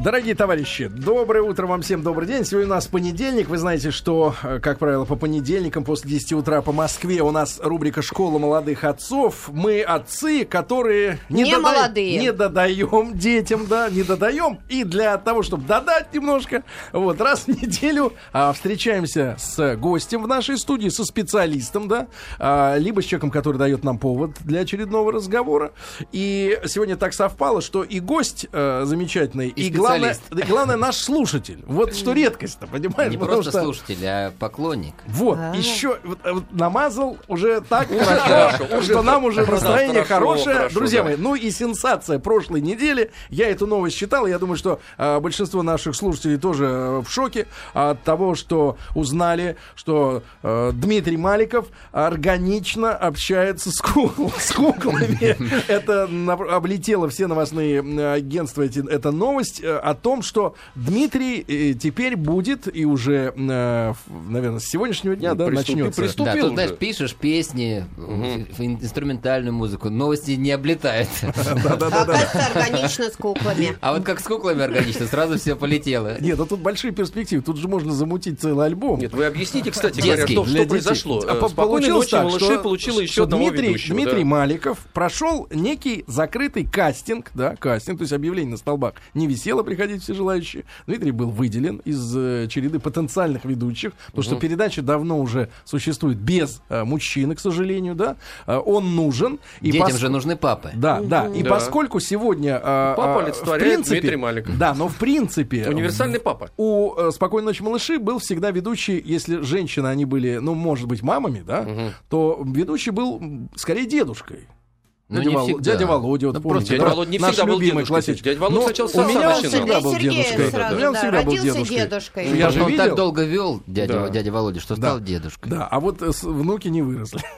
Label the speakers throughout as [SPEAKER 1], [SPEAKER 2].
[SPEAKER 1] Дорогие товарищи, доброе утро вам всем, добрый день. Сегодня у нас понедельник. Вы знаете, что, э, как правило, по понедельникам после 10 утра по Москве у нас рубрика «Школа молодых отцов». Мы отцы, которые
[SPEAKER 2] Не
[SPEAKER 1] дода-
[SPEAKER 2] молодые.
[SPEAKER 1] не додаем детям, да, не додаем. И для того, чтобы додать немножко, вот раз в неделю а, встречаемся с гостем в нашей студии, со специалистом, да, а, либо с человеком, который дает нам повод для очередного разговора. И сегодня так совпало, что и гость э, замечательный, и,
[SPEAKER 3] И
[SPEAKER 1] главное,
[SPEAKER 3] специалист.
[SPEAKER 1] да, и главное наш слушатель. Вот что редкость-то, понимаешь?
[SPEAKER 3] Не
[SPEAKER 1] Потому
[SPEAKER 3] просто
[SPEAKER 1] что-
[SPEAKER 3] слушатель, а поклонник.
[SPEAKER 1] Вот,
[SPEAKER 2] А.
[SPEAKER 1] еще вот, э, вот намазал уже так хорошо, что нам уже настроение
[SPEAKER 4] хорошо,
[SPEAKER 1] хорошее.
[SPEAKER 4] хорошо,
[SPEAKER 1] Друзья
[SPEAKER 4] да.
[SPEAKER 1] мои, ну и сенсация прошлой недели. Я эту новость читал. Я думаю, что э, большинство наших слушателей тоже э, в шоке от того, что узнали, что э, Дмитрий Маликов органично общается с, кукл- с куклами. Это на- облетело все новостные м, агентства, эти- эта новость э, о том, что Дмитрий э, теперь будет и уже, э, в- наверное, с сегодняшнего дня
[SPEAKER 4] Ну,
[SPEAKER 1] да,
[SPEAKER 4] приступи-
[SPEAKER 1] начнется.
[SPEAKER 4] приступ-
[SPEAKER 3] Да,
[SPEAKER 4] Вступил
[SPEAKER 3] тут,
[SPEAKER 4] уже.
[SPEAKER 3] знаешь, пишешь песни, э, ф- инструментальную музыку, новости не облетают.
[SPEAKER 2] А оказывается, органично с куклами.
[SPEAKER 3] А вот как с куклами органично, сразу все полетело.
[SPEAKER 1] Нет, ну тут большие перспективы. Тут же можно замутить целый альбом.
[SPEAKER 4] Нет, вы объясните, кстати
[SPEAKER 3] Детский,
[SPEAKER 1] для
[SPEAKER 4] говоря, что, что
[SPEAKER 1] детей.
[SPEAKER 4] произошло.
[SPEAKER 1] А
[SPEAKER 4] Э,
[SPEAKER 1] по-
[SPEAKER 4] «Спокойной
[SPEAKER 1] получилось
[SPEAKER 4] ночи,
[SPEAKER 1] так,
[SPEAKER 4] малыши»
[SPEAKER 1] что-
[SPEAKER 4] получила
[SPEAKER 1] что
[SPEAKER 4] еще одного
[SPEAKER 1] Дмитрий,
[SPEAKER 4] ведущего.
[SPEAKER 1] Дмитрий
[SPEAKER 4] да.
[SPEAKER 1] Маликов прошел некий закрытый кастинг, да, кастинг, то есть объявление на столбах не висело, приходить все желающие. Дмитрий был выделен из э, череды потенциальных ведущих, потому что передача давно уже существует без э, мужчины, к сожалению, да. Э, он нужен. И
[SPEAKER 3] Детям
[SPEAKER 1] пос-
[SPEAKER 3] же нужны папы.
[SPEAKER 1] да, да. И
[SPEAKER 4] Да.
[SPEAKER 1] поскольку сегодня... э,
[SPEAKER 4] Папа
[SPEAKER 1] э, в
[SPEAKER 4] олицетворяет
[SPEAKER 1] принципе-
[SPEAKER 4] Дмитрий Маликов.
[SPEAKER 1] Да, но в принципе...
[SPEAKER 4] Универсальный папа.
[SPEAKER 1] У э, «Спокойной ночи, малыши» был всегда ведущий, если женщины, они были, ну, может быть, мамами, да, то ведущий был, м, скорее, дедушкой.
[SPEAKER 3] Ну,
[SPEAKER 1] дядя,
[SPEAKER 3] не
[SPEAKER 1] Вол-
[SPEAKER 3] всегда.
[SPEAKER 1] дядя Володя, вот
[SPEAKER 3] Ну,
[SPEAKER 1] помните,
[SPEAKER 4] просто
[SPEAKER 1] да?
[SPEAKER 4] дядя Володя не
[SPEAKER 1] Наш
[SPEAKER 4] всегда был
[SPEAKER 1] любимый
[SPEAKER 4] дедушкой.
[SPEAKER 1] классический.
[SPEAKER 4] Дядя Володя
[SPEAKER 1] Но
[SPEAKER 4] сначала
[SPEAKER 1] у
[SPEAKER 4] сам
[SPEAKER 1] меня он
[SPEAKER 4] начинал.
[SPEAKER 1] всегда был
[SPEAKER 2] Сергея
[SPEAKER 1] дедушкой.
[SPEAKER 2] сразу,
[SPEAKER 1] У меня он
[SPEAKER 2] да,
[SPEAKER 1] всегда был
[SPEAKER 2] родился
[SPEAKER 1] дедушкой. Ну,
[SPEAKER 2] дедушкой.
[SPEAKER 1] Я же
[SPEAKER 4] Ну,
[SPEAKER 3] Потому что он
[SPEAKER 1] видел.
[SPEAKER 3] так долго вел,
[SPEAKER 4] Да.
[SPEAKER 3] дядя, дядя Володя, что
[SPEAKER 1] Да.
[SPEAKER 3] стал дедушкой.
[SPEAKER 1] Да, а вот э, с- внуки не выросли.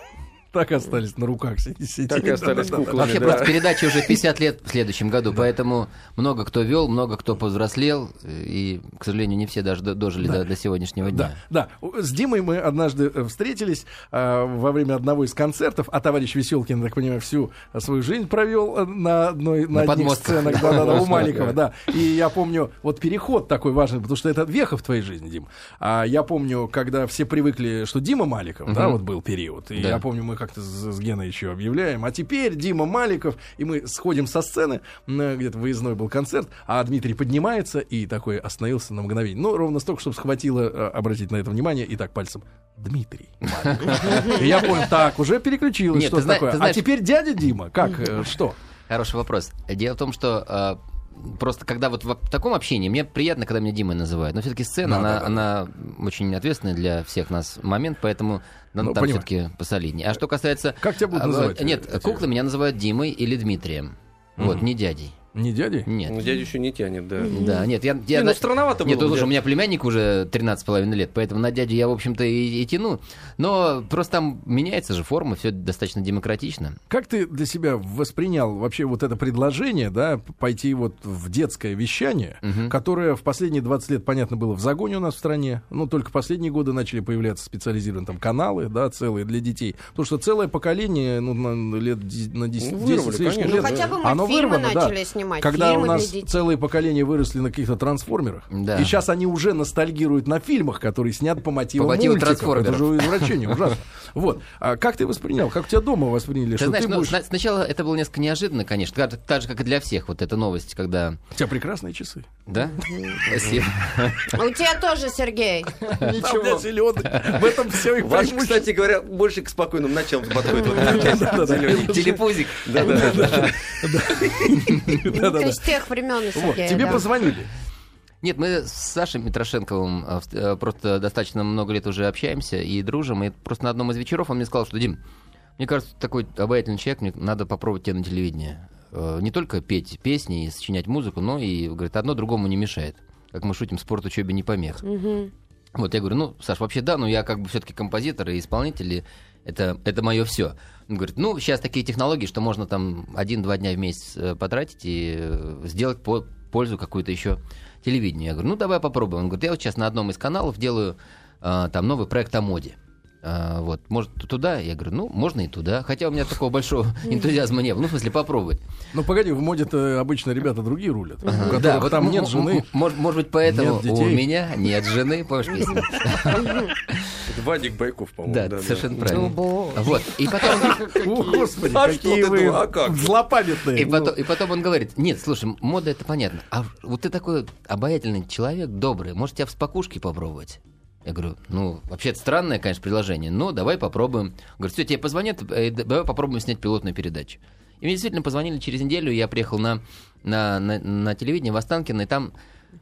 [SPEAKER 1] Так и остались на руках си- сидеть.
[SPEAKER 4] Так и остались
[SPEAKER 1] Да-да-да.
[SPEAKER 4] куклами.
[SPEAKER 3] Вообще
[SPEAKER 4] да.
[SPEAKER 3] просто передаче уже 50 лет в следующем году, поэтому много кто вел, много кто повзрослел, и, к сожалению, не все даже до- дожили до, до сегодняшнего
[SPEAKER 1] Да,
[SPEAKER 3] дня.
[SPEAKER 1] да. С Димой мы однажды э, встретились э, во время одного из концертов, а товарищ Веселкин, так понимаю, всю свою жизнь провел э, на одной на,
[SPEAKER 3] На
[SPEAKER 1] одних
[SPEAKER 3] подмостках.
[SPEAKER 1] сценах да, да, да, у
[SPEAKER 3] Подмостках,
[SPEAKER 1] Маликова, да. И я помню, вот переход такой важный, потому что это веха в твоей жизни, Дим. А я помню, когда все привыкли, что Дима Маликов, да,
[SPEAKER 3] Мгм.
[SPEAKER 1] вот был период. И
[SPEAKER 3] Да.
[SPEAKER 1] я помню, мы как-то с, с Геной еще объявляем. А теперь Дима Маликов, и мы сходим со сцены, м, э, где-то выездной был концерт, а Дмитрий поднимается и такой остановился на мгновение. Ну, ровно столько, чтобы схватило, э, обратить на это внимание, и так пальцем. Дмитрий. Маликов». И я понял, так, уже переключилось,
[SPEAKER 3] Нет,
[SPEAKER 1] что
[SPEAKER 3] ты зна-
[SPEAKER 1] такое.
[SPEAKER 3] ты
[SPEAKER 1] А
[SPEAKER 3] знаешь-
[SPEAKER 1] теперь дядя Дима, как, э, что?
[SPEAKER 3] Хороший вопрос. Дело в том, что э, просто когда вот в таком общении, мне приятно, когда меня Димой называют, но все-таки сцена,
[SPEAKER 1] Да,
[SPEAKER 3] она,
[SPEAKER 1] да, да.
[SPEAKER 3] она очень ответственная для всех нас момент, поэтому надо
[SPEAKER 1] Ну,
[SPEAKER 3] там
[SPEAKER 1] понимаю.
[SPEAKER 3] все-таки посолиднее. А что касается...
[SPEAKER 1] Как тебя будут
[SPEAKER 3] а,
[SPEAKER 1] называть,
[SPEAKER 3] э, Нет,
[SPEAKER 1] эти-
[SPEAKER 3] куклы меня называют Димой или Дмитрием. Вот, не дядей.
[SPEAKER 1] Не дядя?
[SPEAKER 4] Ну,
[SPEAKER 3] Нет.
[SPEAKER 4] дядя еще не тянет, да.
[SPEAKER 3] Да, нет, я... я
[SPEAKER 4] Не, ну,
[SPEAKER 3] на-
[SPEAKER 4] странновато
[SPEAKER 3] Нет,
[SPEAKER 4] было.
[SPEAKER 3] тут
[SPEAKER 4] бы,
[SPEAKER 3] уже
[SPEAKER 4] дядя.
[SPEAKER 3] у меня племянник уже 13,5 лет, поэтому на дядю я, в общем-то, и, и тяну. Но просто там меняется же форма, все достаточно демократично.
[SPEAKER 1] Как ты для себя воспринял вообще вот это предложение, да, пойти вот в детское вещание,
[SPEAKER 3] Мгм.
[SPEAKER 1] которое в последние 20 лет, понятно, было в загоне у нас в стране, но только в последние годы начали появляться специализированные там каналы, да, целые для детей. Потому что целое поколение, ну, на, лет ди- на 10,
[SPEAKER 4] Ну, вырвали,
[SPEAKER 1] 10 с лишним
[SPEAKER 4] конечно,
[SPEAKER 2] Ну,
[SPEAKER 1] лет,
[SPEAKER 4] да.
[SPEAKER 2] хотя бы
[SPEAKER 1] оно
[SPEAKER 2] мультфильмы
[SPEAKER 1] вырвано, да.
[SPEAKER 2] начали снимать.
[SPEAKER 1] Когда у
[SPEAKER 2] фильмы
[SPEAKER 1] нас
[SPEAKER 2] для детей.
[SPEAKER 1] целые поколения выросли на каких-то трансформерах,
[SPEAKER 3] Да.
[SPEAKER 1] и сейчас они уже ностальгируют на фильмах, которые снят по мотивам
[SPEAKER 3] По мотивам
[SPEAKER 1] мультиков. Это
[SPEAKER 3] трансформеров.
[SPEAKER 1] же извращение, ужасно. Вот. А как ты воспринял? Как у тебя дома восприняли?
[SPEAKER 3] Ты
[SPEAKER 1] что
[SPEAKER 3] знаешь,
[SPEAKER 1] ты
[SPEAKER 3] ну,
[SPEAKER 1] будешь...
[SPEAKER 3] сна- сначала это было несколько неожиданно, конечно, так, так же, как и для всех, вот эта новость, когда...
[SPEAKER 1] У тебя прекрасные часы.
[SPEAKER 3] Да? Спасибо.
[SPEAKER 2] А У тебя тоже, Сергей.
[SPEAKER 1] Ничего. В этом все и
[SPEAKER 4] Ваш,
[SPEAKER 1] преимущество.
[SPEAKER 4] кстати говоря, больше к спокойным ночам подходит. вот этот
[SPEAKER 1] Да-да-да.
[SPEAKER 4] зелёненький.
[SPEAKER 3] Телепузик.
[SPEAKER 4] Да-да-да.
[SPEAKER 2] Ну, то есть тех времен,
[SPEAKER 1] Вот,
[SPEAKER 2] Сергей.
[SPEAKER 1] тебе
[SPEAKER 2] да.
[SPEAKER 1] позвонили.
[SPEAKER 3] Нет, мы с Сашей Митрошенковым э, в- э, просто достаточно много лет уже общаемся и дружим. И просто на одном из вечеров он мне сказал, что, Дим, мне кажется, ты такой обаятельный человек, мне надо попробовать тебя на телевидении. Э, Не только петь песни и сочинять музыку, но и, говорит, одно другому не мешает. Как мы шутим, спорт учебе не помех.
[SPEAKER 2] Мгм.
[SPEAKER 3] Вот я говорю, ну, Саш, вообще да, но я как бы все-таки композитор и исполнитель, и это, это мое все. Он говорит, ну, сейчас такие технологии, что можно там один-два дня в месяц э, потратить и э, сделать по- пользу какую-то еще телевидению. Я говорю, ну, давай попробуем. Он говорит, я вот сейчас на одном из каналов делаю э, там новый проект о моде. А, вот, может, туда? Я говорю, ну, можно и туда. Хотя у меня такого большого энтузиазма не было. Ну, в смысле, попробовать. Э,
[SPEAKER 1] Ну, погоди, в моде-то обычно ребята другие рулят. У которых
[SPEAKER 3] Да, вот
[SPEAKER 1] Ну, там
[SPEAKER 3] м-
[SPEAKER 1] нет
[SPEAKER 3] м-
[SPEAKER 1] жены.
[SPEAKER 3] м- мож- Может быть, поэтому
[SPEAKER 1] нет
[SPEAKER 3] у
[SPEAKER 1] детей.
[SPEAKER 3] меня нет жены. Помнишь песню?
[SPEAKER 4] Это Вадик Байков, по-моему.
[SPEAKER 3] Да,
[SPEAKER 4] Ну,
[SPEAKER 3] совершенно правильно. Вот. И потом,
[SPEAKER 1] О, господи,
[SPEAKER 4] А что
[SPEAKER 1] какие
[SPEAKER 4] ты,
[SPEAKER 1] вы
[SPEAKER 4] ну, а как?
[SPEAKER 1] злопамятные. Ну, а
[SPEAKER 3] и, потом, и потом он говорит, нет, слушай, м- мода это понятно, а вот ты такой вот обаятельный человек, добрый, может тебя в спокушке попробовать? Я говорю, ну, вообще это странное, конечно, предложение, но давай попробуем. Говорит, все, тебе позвонят, э, д- давай попробуем снять пилотную передачу. И мне действительно позвонили через неделю, я приехал на, на, на, на телевидение в Останкино, и там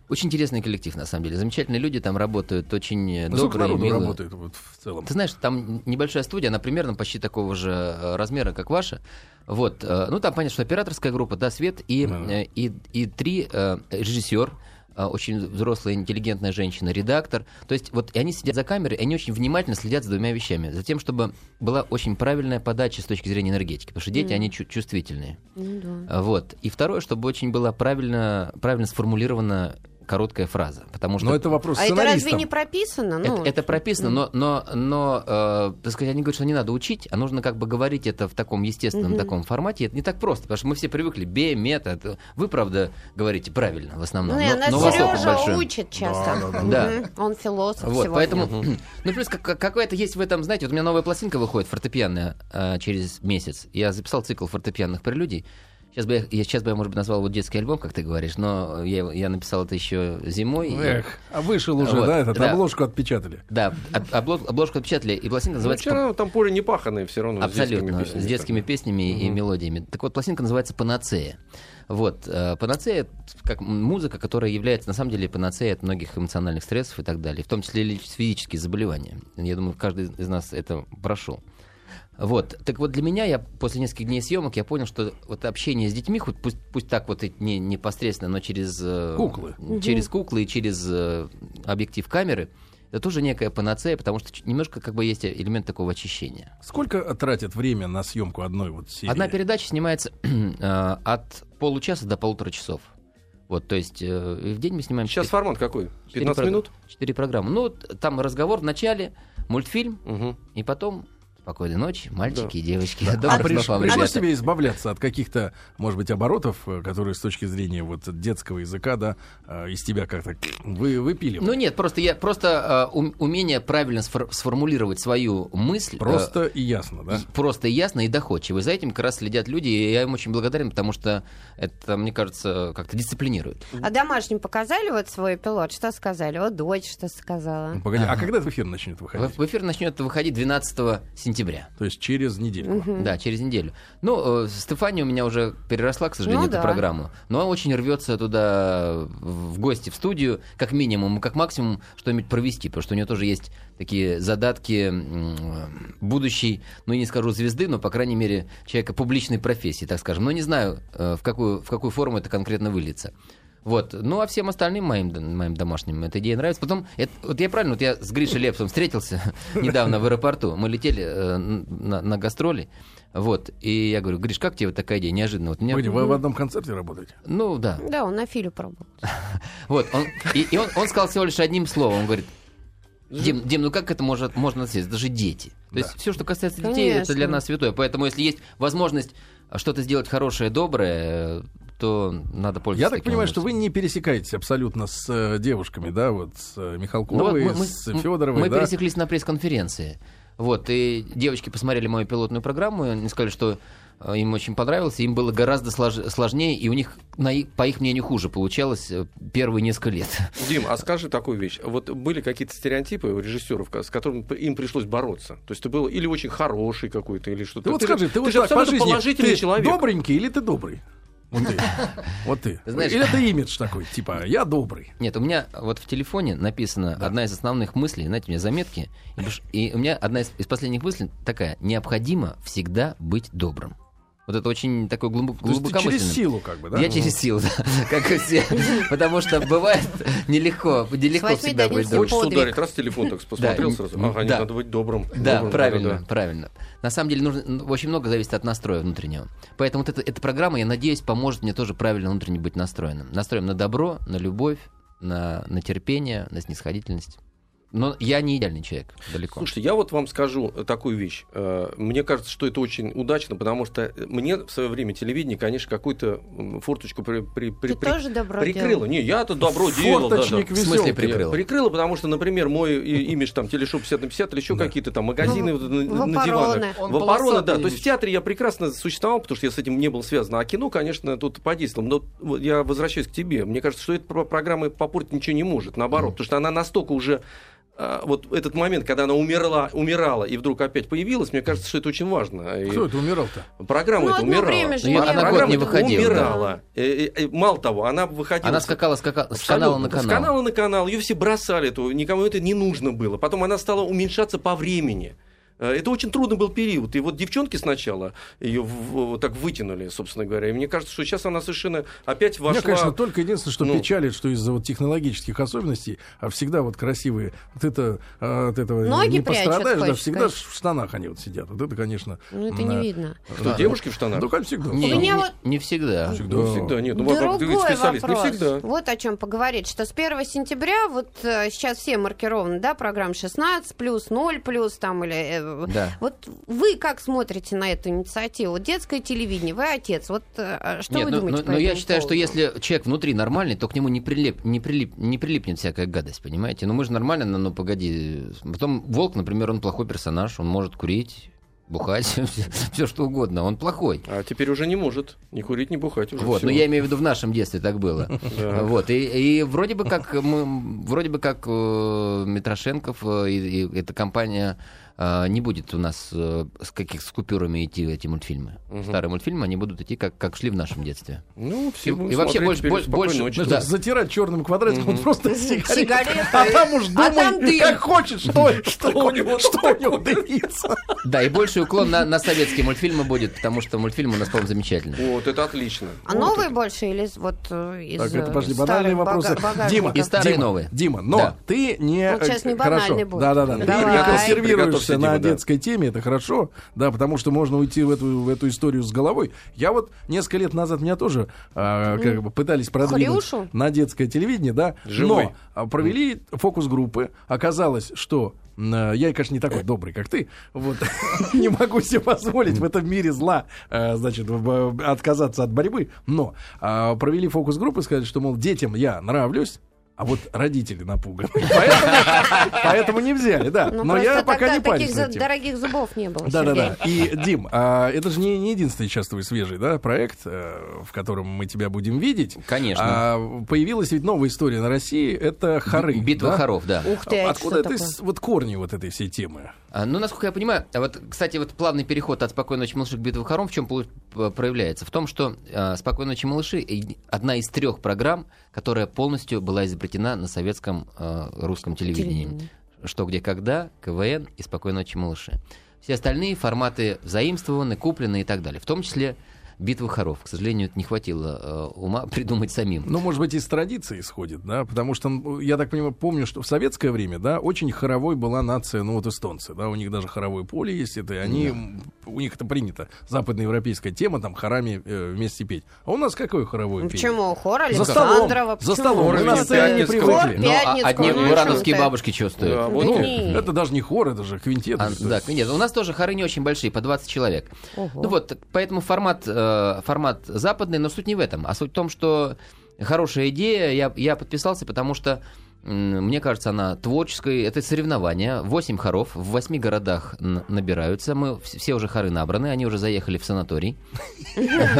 [SPEAKER 3] очень интересный коллектив, на самом деле. Замечательные люди там работают, очень э,
[SPEAKER 1] Ну, Сколько
[SPEAKER 3] добрые,
[SPEAKER 1] народу
[SPEAKER 3] милые.
[SPEAKER 1] работает вот в целом?
[SPEAKER 3] Ты знаешь, там небольшая студия, она примерно почти такого же э, размера, как ваша. Вот, э, ну там понятно, что операторская группа, да, свет и
[SPEAKER 1] Да.
[SPEAKER 3] э, и и три э, режиссер, э, очень взрослая интеллигентная женщина, редактор. То есть вот и они сидят за камерой, и они очень внимательно следят за двумя вещами, за тем, чтобы была очень правильная подача с точки зрения энергетики, потому что дети они чу- чувствительные.
[SPEAKER 2] Ну да.
[SPEAKER 3] А, Вот. И второе, чтобы очень была правильно правильно сформулирована короткая фраза, потому что
[SPEAKER 1] Но Ну, это вопрос
[SPEAKER 2] А это разве
[SPEAKER 1] сценаристам.
[SPEAKER 2] не прописано?
[SPEAKER 3] это,
[SPEAKER 2] Ну,
[SPEAKER 3] это прописано, но, но, но э, так сказать, они говорят, что не надо учить, а нужно как бы говорить это в таком естественном
[SPEAKER 2] Мгм.
[SPEAKER 3] таком формате. И Это не так просто, потому что мы все привыкли бе, мета. это- Вы, правда, говорите правильно в основном.
[SPEAKER 2] ну, и
[SPEAKER 3] но-
[SPEAKER 2] нас
[SPEAKER 3] но восток большой.
[SPEAKER 2] Сережа учит часто.
[SPEAKER 1] Да,
[SPEAKER 3] да,
[SPEAKER 2] Мгм. Он философ
[SPEAKER 3] Вот,
[SPEAKER 2] сегодня.
[SPEAKER 3] поэтому, ну плюс как- как- какая-то есть в этом, знаете, вот у меня новая пластинка выходит фортепианная э, через месяц. Я записал цикл фортепианных прелюдий. Сейчас бы я, я- сейчас бы я, может быть, назвал его детский альбом, как ты говоришь, но я, его- я написал это еще зимой. и-
[SPEAKER 1] Эх, а вышел уже,
[SPEAKER 3] Вот,
[SPEAKER 1] да, этот,
[SPEAKER 3] да.
[SPEAKER 1] обложку отпечатали.
[SPEAKER 3] Да, об- обло- обложку отпечатали, и пластинка
[SPEAKER 4] Ну,
[SPEAKER 3] называется
[SPEAKER 4] все равно там поле не паханое все равно.
[SPEAKER 3] Абсолютно, с детскими песнями, и
[SPEAKER 4] Мгм.
[SPEAKER 3] мелодиями. Так вот, пластинка называется «Панацея». Вот, э, панацея — как м- музыка, которая является, на самом деле, панацеей от многих эмоциональных стрессов и так далее, в том числе и лечит физические заболевания. Я думаю, каждый из нас это прошел. Вот, так вот для меня, я после нескольких дней съемок, я понял, что вот общение с детьми, хоть пусть, пусть так вот и не непосредственно, но через... э,
[SPEAKER 1] Куклы.
[SPEAKER 3] Через куклы и через э, объектив камеры, это тоже некая панацея, потому что чуть- немножко как бы есть элемент такого очищения.
[SPEAKER 1] Сколько тратят время на съемку одной вот серии?
[SPEAKER 3] Одна передача снимается э, от получаса до полутора часов. Вот, то есть э, и в день мы снимаем...
[SPEAKER 4] Сейчас формат какой? 15 минут?
[SPEAKER 3] 4 программы. Ну, т- там разговор в начале, мультфильм,
[SPEAKER 4] Мгм.
[SPEAKER 3] и потом спокойной ночи, мальчики
[SPEAKER 4] Да.
[SPEAKER 3] и девочки.
[SPEAKER 1] А
[SPEAKER 3] Добрых
[SPEAKER 1] приш-
[SPEAKER 3] снов вам,
[SPEAKER 1] пришлось
[SPEAKER 3] ребята.
[SPEAKER 1] тебе избавляться от каких-то, может быть, оборотов, э, которые с точки зрения вот детского языка, да, э, из тебя как-то вы, выпили?
[SPEAKER 3] Ну нет, просто я просто э, ум- умение правильно сфор- сформулировать свою мысль. э,
[SPEAKER 1] Просто и ясно, да?
[SPEAKER 3] и- просто и ясно и доходчиво. И за этим как раз следят люди, и я им очень благодарен, потому что это, мне кажется, как-то дисциплинирует.
[SPEAKER 2] А домашним показали вот свой пилот? Что сказали? Вот дочь что сказала?
[SPEAKER 1] Ну, погоди, а
[SPEAKER 3] Ага.
[SPEAKER 1] когда этот эфир начнет выходить?
[SPEAKER 3] В в эфир начнет выходить 12 сентября.
[SPEAKER 1] То есть через неделю.
[SPEAKER 2] Мгм.
[SPEAKER 3] Да, через неделю. Ну, э, Стефания у меня уже переросла, к сожалению,
[SPEAKER 2] Ну
[SPEAKER 3] эту
[SPEAKER 2] да.
[SPEAKER 3] программу. Но она очень рвется туда в в гости, в студию, как минимум, как максимум, что-нибудь провести, потому что у нее тоже есть такие задатки м, будущей, ну, я не скажу звезды, но, по крайней мере, человека публичной профессии, так скажем. Но не знаю, э, в какую, в какую форму это конкретно выльется. Вот. Ну, а всем остальным моим, д- моим домашним эта идея нравится. Потом, это- вот я правильно, вот я с Гришей Лепсом встретился недавно в аэропорту. Мы летели э, н- на, на гастроли. Вот. И я говорю, Гриш, как тебе вот такая идея? Неожиданно. Вот у меня-
[SPEAKER 1] Погоди, вы в одном концерте работаете?
[SPEAKER 3] Ну, да.
[SPEAKER 2] Да, он на Филю пробовал.
[SPEAKER 3] Вот. он- и и он, он сказал всего лишь одним словом. Он говорит, Дим, Дим, ну как это может, можно относиться? Даже дети. То есть все, что касается детей, это
[SPEAKER 2] Конечно.
[SPEAKER 3] для нас святое. Поэтому если есть возможность что-то сделать хорошее, доброе, э, то надо
[SPEAKER 1] Я
[SPEAKER 3] пользоваться.
[SPEAKER 1] так
[SPEAKER 3] таким
[SPEAKER 1] понимаю, что вы
[SPEAKER 3] образом.
[SPEAKER 1] не пересекаетесь абсолютно с э, девушками, да, вот с э,
[SPEAKER 3] Ну, вот
[SPEAKER 1] Михалковой,
[SPEAKER 3] мы- мы-
[SPEAKER 1] с
[SPEAKER 3] мы-
[SPEAKER 1] Федоровой,
[SPEAKER 3] Мы
[SPEAKER 1] да?
[SPEAKER 3] пересеклись на пресс-конференции. Вот, и девочки посмотрели мою пилотную программу, и они сказали, что э, им очень понравилось, и им было гораздо слож- сложнее, и у них, на и- по их мнению, хуже получалось э, первые несколько лет.
[SPEAKER 4] Дим, а скажи такую вещь. Вот были какие-то стереотипы у режиссеров, с которыми им пришлось бороться? То есть ты был или очень хороший какой-то, или что-то.
[SPEAKER 1] Ну вот
[SPEAKER 4] Ты же-
[SPEAKER 1] скажи, ты,
[SPEAKER 4] ты
[SPEAKER 1] вот
[SPEAKER 4] же
[SPEAKER 1] так по
[SPEAKER 4] абсолютно
[SPEAKER 1] жизни,
[SPEAKER 4] положительный
[SPEAKER 1] ты
[SPEAKER 4] человек.
[SPEAKER 1] добренький или ты добрый? Вот ты. Вот ты.
[SPEAKER 3] Знаешь-
[SPEAKER 1] Или это имидж такой, типа, я добрый.
[SPEAKER 3] Нет, у меня вот в телефоне написана одна из основных мыслей, знаете, у меня заметки, и потому что- и у меня одна из, из последних мыслей такая, необходимо всегда быть добрым. Вот это очень такой глубок,
[SPEAKER 1] То есть ты через
[SPEAKER 3] глубокомысленно.
[SPEAKER 1] силу как бы, да?
[SPEAKER 3] Я через силу, да, как и все. Потому что бывает нелегко, нелегко
[SPEAKER 2] Возьми, да,
[SPEAKER 3] всегда быть
[SPEAKER 2] не
[SPEAKER 3] добрым.
[SPEAKER 4] Хочется
[SPEAKER 2] Подвиг.
[SPEAKER 4] ударить, раз телефон так посмотрел
[SPEAKER 3] Да,
[SPEAKER 4] сразу.
[SPEAKER 3] м,
[SPEAKER 4] Ага, не
[SPEAKER 3] да.
[SPEAKER 4] надо быть добрым.
[SPEAKER 3] Да,
[SPEAKER 4] Добрым,
[SPEAKER 3] правильно,
[SPEAKER 4] да-да-да.
[SPEAKER 3] правильно. На самом деле нужно ну, очень много зависит от настроя внутреннего. Поэтому вот эта, эта программа, я надеюсь, поможет мне тоже правильно внутренне быть настроенным. Настроен на добро, на любовь, на, на терпение, на снисходительность. Но я не идеальный человек, далеко.
[SPEAKER 4] Слушайте, я вот вам скажу такую вещь. Э, Мне кажется, что это очень удачно, потому что э, мне в свое время телевидение, конечно, какую-то м, форточку при, при- при-
[SPEAKER 2] Ты
[SPEAKER 4] при-
[SPEAKER 2] тоже добро
[SPEAKER 4] прикрыло.
[SPEAKER 2] делал.
[SPEAKER 4] Не, я это добро делал. да, да.
[SPEAKER 1] Форточник
[SPEAKER 3] В смысле
[SPEAKER 1] весёлки.
[SPEAKER 3] прикрыл?
[SPEAKER 4] Прикрыло, Э, потому что, например, мой и- имидж там телешоп 50 на 50 или еще какие-то там магазины
[SPEAKER 2] Ну,
[SPEAKER 4] вот на,
[SPEAKER 2] в
[SPEAKER 4] на
[SPEAKER 2] Апароне.
[SPEAKER 4] диванах.
[SPEAKER 3] Он
[SPEAKER 4] В Апароне, да.
[SPEAKER 3] полосатый
[SPEAKER 4] То есть в
[SPEAKER 3] имидж.
[SPEAKER 4] театре я прекрасно существовал, потому что я с этим не был связан. А кино, конечно, тут подействовало. Но вот я возвращаюсь к тебе. Мне кажется, что эта про- программа попортить ничего не может. Наоборот,
[SPEAKER 3] Мгм.
[SPEAKER 4] потому что она настолько уже а, вот этот момент, когда она умерла, умирала и вдруг опять появилась, мне кажется, что это очень важно. И
[SPEAKER 1] Кто это умирал-то?
[SPEAKER 4] Программа
[SPEAKER 2] Ну,
[SPEAKER 4] эта
[SPEAKER 2] одно
[SPEAKER 4] умирала.
[SPEAKER 2] время же
[SPEAKER 3] Ну, она
[SPEAKER 4] Программа
[SPEAKER 3] год не
[SPEAKER 4] эта
[SPEAKER 3] выходила, да.
[SPEAKER 4] умирала. Э, э, э, Мало того, она выходила.
[SPEAKER 3] Она
[SPEAKER 4] с-
[SPEAKER 3] скакала скака- с
[SPEAKER 4] Абсолютно.
[SPEAKER 3] канала на канал.
[SPEAKER 4] С канала на канал. Ее все бросали, то никому это не нужно было. Потом она стала уменьшаться по времени. Э, Это очень трудный был период. И вот девчонки сначала ее вот так вытянули, собственно говоря. И мне кажется, что сейчас она совершенно опять
[SPEAKER 1] Меня,
[SPEAKER 4] вошла...
[SPEAKER 1] конечно, только единственное, что
[SPEAKER 4] ну.
[SPEAKER 1] печалит, что из-за вот технологических особенностей, а всегда вот красивые, вот это, а, от этого
[SPEAKER 2] Ноги
[SPEAKER 1] не
[SPEAKER 2] прячут,
[SPEAKER 1] пострадаешь, да,
[SPEAKER 2] хочешь
[SPEAKER 1] всегда
[SPEAKER 2] сказать?
[SPEAKER 1] в штанах они вот сидят. Вот это, конечно...
[SPEAKER 2] Ну, это
[SPEAKER 1] м,
[SPEAKER 2] не видно.
[SPEAKER 4] Кто, девушки в штанах?
[SPEAKER 1] Ну, как всегда.
[SPEAKER 3] Не,
[SPEAKER 2] У меня
[SPEAKER 3] не-
[SPEAKER 2] вот-
[SPEAKER 3] не всегда.
[SPEAKER 1] Всегда.
[SPEAKER 4] Ну, всегда. Нет, ну, во-первых, ты ведь
[SPEAKER 2] Другой
[SPEAKER 4] специалист.
[SPEAKER 2] вопрос.
[SPEAKER 4] Не всегда.
[SPEAKER 2] Вот о чем поговорить, что с 1 сентября вот э, сейчас все маркированы, да, программ 16 плюс, 0 плюс там или... э,
[SPEAKER 3] Да.
[SPEAKER 2] Вот вы как смотрите на эту инициативу? Вот Детское телевидение, вы отец, вот э, что
[SPEAKER 3] Нет,
[SPEAKER 2] вы
[SPEAKER 3] ну,
[SPEAKER 2] думаете
[SPEAKER 3] ну,
[SPEAKER 2] по
[SPEAKER 3] ну, я
[SPEAKER 2] этому
[SPEAKER 3] считаю, что
[SPEAKER 2] поводу?
[SPEAKER 3] если человек внутри нормальный, то к нему не, прилеп, не, прилип, не прилипнет всякая гадость, понимаете? Ну мы же нормально, но, ну, погоди. Потом Волк, например, он плохой персонаж, он может курить, бухать, все что угодно, он плохой.
[SPEAKER 4] А теперь уже не может ни курить, ни бухать. Уже
[SPEAKER 3] Вот,
[SPEAKER 4] всё.
[SPEAKER 3] но я имею в виду в нашем детстве так было.
[SPEAKER 4] Да.
[SPEAKER 3] Вот и, и вроде бы как мы, вроде бы как э, Митрошенков э, и, и эта компания э, не будет у нас э, с каких с купюрами идти эти мультфильмы.
[SPEAKER 4] Мгм.
[SPEAKER 3] Старые мультфильмы они будут идти как как шли в нашем детстве.
[SPEAKER 4] Ну, все
[SPEAKER 3] И-
[SPEAKER 4] будем
[SPEAKER 3] и вообще
[SPEAKER 4] смотреть
[SPEAKER 3] больше-
[SPEAKER 4] теперь
[SPEAKER 3] больше-
[SPEAKER 4] «Спокойной
[SPEAKER 3] больше-
[SPEAKER 4] ночи».
[SPEAKER 1] Ну,
[SPEAKER 3] да.
[SPEAKER 1] то есть Затирать черным квадратиком
[SPEAKER 4] Мгм.
[SPEAKER 1] вот просто сигареты.
[SPEAKER 2] Сигареты.
[SPEAKER 1] А там уж
[SPEAKER 2] А там
[SPEAKER 1] думай,
[SPEAKER 2] дым.
[SPEAKER 1] как хочешь, что, что
[SPEAKER 4] у
[SPEAKER 1] у
[SPEAKER 4] него
[SPEAKER 1] него, что у него дымится.
[SPEAKER 3] Да, и больше уклон на, на советские мультфильмы будет, потому что мультфильмы у нас, по-моему, замечательные.
[SPEAKER 4] Вот, это отлично.
[SPEAKER 2] А новые больше или из- вот э, из
[SPEAKER 1] Так, это,
[SPEAKER 2] э,
[SPEAKER 1] пожди, банальные
[SPEAKER 2] старых
[SPEAKER 1] вопросы.
[SPEAKER 2] бага- багажников?
[SPEAKER 1] Дима,
[SPEAKER 3] И старые, и
[SPEAKER 1] Дима,
[SPEAKER 3] новые.
[SPEAKER 1] Дима, но
[SPEAKER 3] Да.
[SPEAKER 1] ты не...
[SPEAKER 2] Вот Ну, сейчас не
[SPEAKER 1] э, хорошо.
[SPEAKER 2] банальный будет.
[SPEAKER 1] Да-да-да. Ты
[SPEAKER 2] Давай.
[SPEAKER 1] не консервируешься
[SPEAKER 4] Приготовься,
[SPEAKER 1] на
[SPEAKER 4] Дима, да.
[SPEAKER 1] детской теме, это хорошо, да, потому что можно уйти в эту, в эту историю с головой. Я вот несколько лет назад меня тоже а, как бы пытались продвинуть
[SPEAKER 2] Хрюшу?
[SPEAKER 1] на детское телевидение, да,
[SPEAKER 4] Живой.
[SPEAKER 1] но а, провели фокус-группы, оказалось, что м, э, я, конечно, не такой добрый, как ты. Вот. не могу себе позволить в этом мире зла, э, значит, в- отказаться от борьбы. Но а, провели фокус-группы, сказали, что, мол, детям я нравлюсь, а вот родители напуганы. Поэтому, поэтому не взяли, да.
[SPEAKER 2] Ну,
[SPEAKER 1] Но
[SPEAKER 2] просто
[SPEAKER 1] я пока
[SPEAKER 2] тогда
[SPEAKER 1] не парюсь
[SPEAKER 2] таких за-
[SPEAKER 1] над этим.
[SPEAKER 2] дорогих зубов не было,
[SPEAKER 1] Да, да,
[SPEAKER 2] Сергей.
[SPEAKER 1] да. И, Дим, а, это же не, не единственный сейчас твой свежий, да, проект, э, в котором мы тебя будем видеть.
[SPEAKER 3] Конечно.
[SPEAKER 1] А, появилась ведь новая история на России. Это хоры.
[SPEAKER 3] Битва
[SPEAKER 1] да?
[SPEAKER 3] хоров, да.
[SPEAKER 2] Ух ты, а это
[SPEAKER 1] Откуда
[SPEAKER 2] что
[SPEAKER 1] это
[SPEAKER 2] такое?
[SPEAKER 1] с- вот корни вот этой всей темы?
[SPEAKER 3] А, Ну, насколько я понимаю, а вот, кстати, вот плавный переход от «Спокойной ночи, малыши» к «Битве хором» в чем полу- п- проявляется? В том, что а, «Спокойной ночи, малыши» и- одна из трех программ, которая полностью была изобретена на советском а, русском телевидении.
[SPEAKER 2] Телевидение.
[SPEAKER 3] «Что, где, когда», «КВН» и «Спокойной ночи, малыши». Все остальные форматы заимствованы, куплены и так далее. В том числе «Битва хоров». К сожалению, не хватило а, ума придумать самим.
[SPEAKER 1] Ну, может быть, из традиции исходит, да, потому что, ну, я так понимаю, помню, что в советское время, да, очень хоровой была нация, ну, вот эстонцы, да, у них даже хоровое поле есть, это и они, м, у них это принято, западноевропейская тема, там, хорами э, вместе петь. А у нас какое хоровое пение?
[SPEAKER 2] Почему? Хор
[SPEAKER 1] За столом,
[SPEAKER 2] Александрова?
[SPEAKER 1] за
[SPEAKER 2] почему?
[SPEAKER 1] столом, мы на
[SPEAKER 4] Уровень
[SPEAKER 1] сцене не
[SPEAKER 4] пятницкого.
[SPEAKER 1] привыкли.
[SPEAKER 2] Хор,
[SPEAKER 3] Ну, а
[SPEAKER 2] Пятницкую,
[SPEAKER 3] одни
[SPEAKER 2] ну,
[SPEAKER 3] бурановские
[SPEAKER 2] что ты?
[SPEAKER 3] бабушки что стоят.
[SPEAKER 4] Да,
[SPEAKER 2] Да
[SPEAKER 4] вот
[SPEAKER 1] Ну,
[SPEAKER 2] нет.
[SPEAKER 1] это даже не хор, это же квинтет.
[SPEAKER 3] А,
[SPEAKER 1] что ли.
[SPEAKER 3] да, нет, у нас тоже хоры не очень большие, по 20 человек.
[SPEAKER 2] Ого.
[SPEAKER 3] Ну вот, так, поэтому формат, э, формат западный, но суть не в этом. А суть в том, что хорошая идея, я, я подписался, потому что м, мне кажется, она творческая. Это соревнование. Восемь хоров в восьми городах н- набираются. Мы вс- все уже хоры набраны, они уже заехали в санаторий.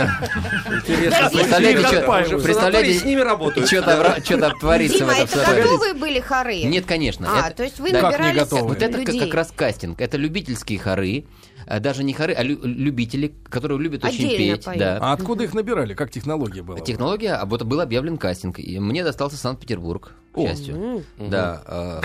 [SPEAKER 4] Интересно.
[SPEAKER 3] Представляете,
[SPEAKER 4] Уже в
[SPEAKER 3] что-
[SPEAKER 4] санатории
[SPEAKER 3] представляете,
[SPEAKER 4] с ними работают.
[SPEAKER 3] Что там творится в
[SPEAKER 2] Дима,
[SPEAKER 3] этом
[SPEAKER 2] это
[SPEAKER 3] санатории?
[SPEAKER 2] готовые были хоры?
[SPEAKER 3] Нет, конечно.
[SPEAKER 2] А,
[SPEAKER 3] это-
[SPEAKER 2] то есть вы
[SPEAKER 3] да.
[SPEAKER 1] Как не
[SPEAKER 2] набирались
[SPEAKER 1] готовы?
[SPEAKER 3] Вот это как,
[SPEAKER 2] людей.
[SPEAKER 3] как раз кастинг. Это любительские хоры. а Даже не хоры, а лю- любители, которые любят очень
[SPEAKER 2] Отдельно
[SPEAKER 3] петь.
[SPEAKER 2] поют.
[SPEAKER 3] Да.
[SPEAKER 1] А откуда их набирали? Как технология была?
[SPEAKER 3] Технология, а вот был объявлен кастинг. И мне достался Санкт-Петербург, к счастью.
[SPEAKER 2] М.
[SPEAKER 3] Да. а,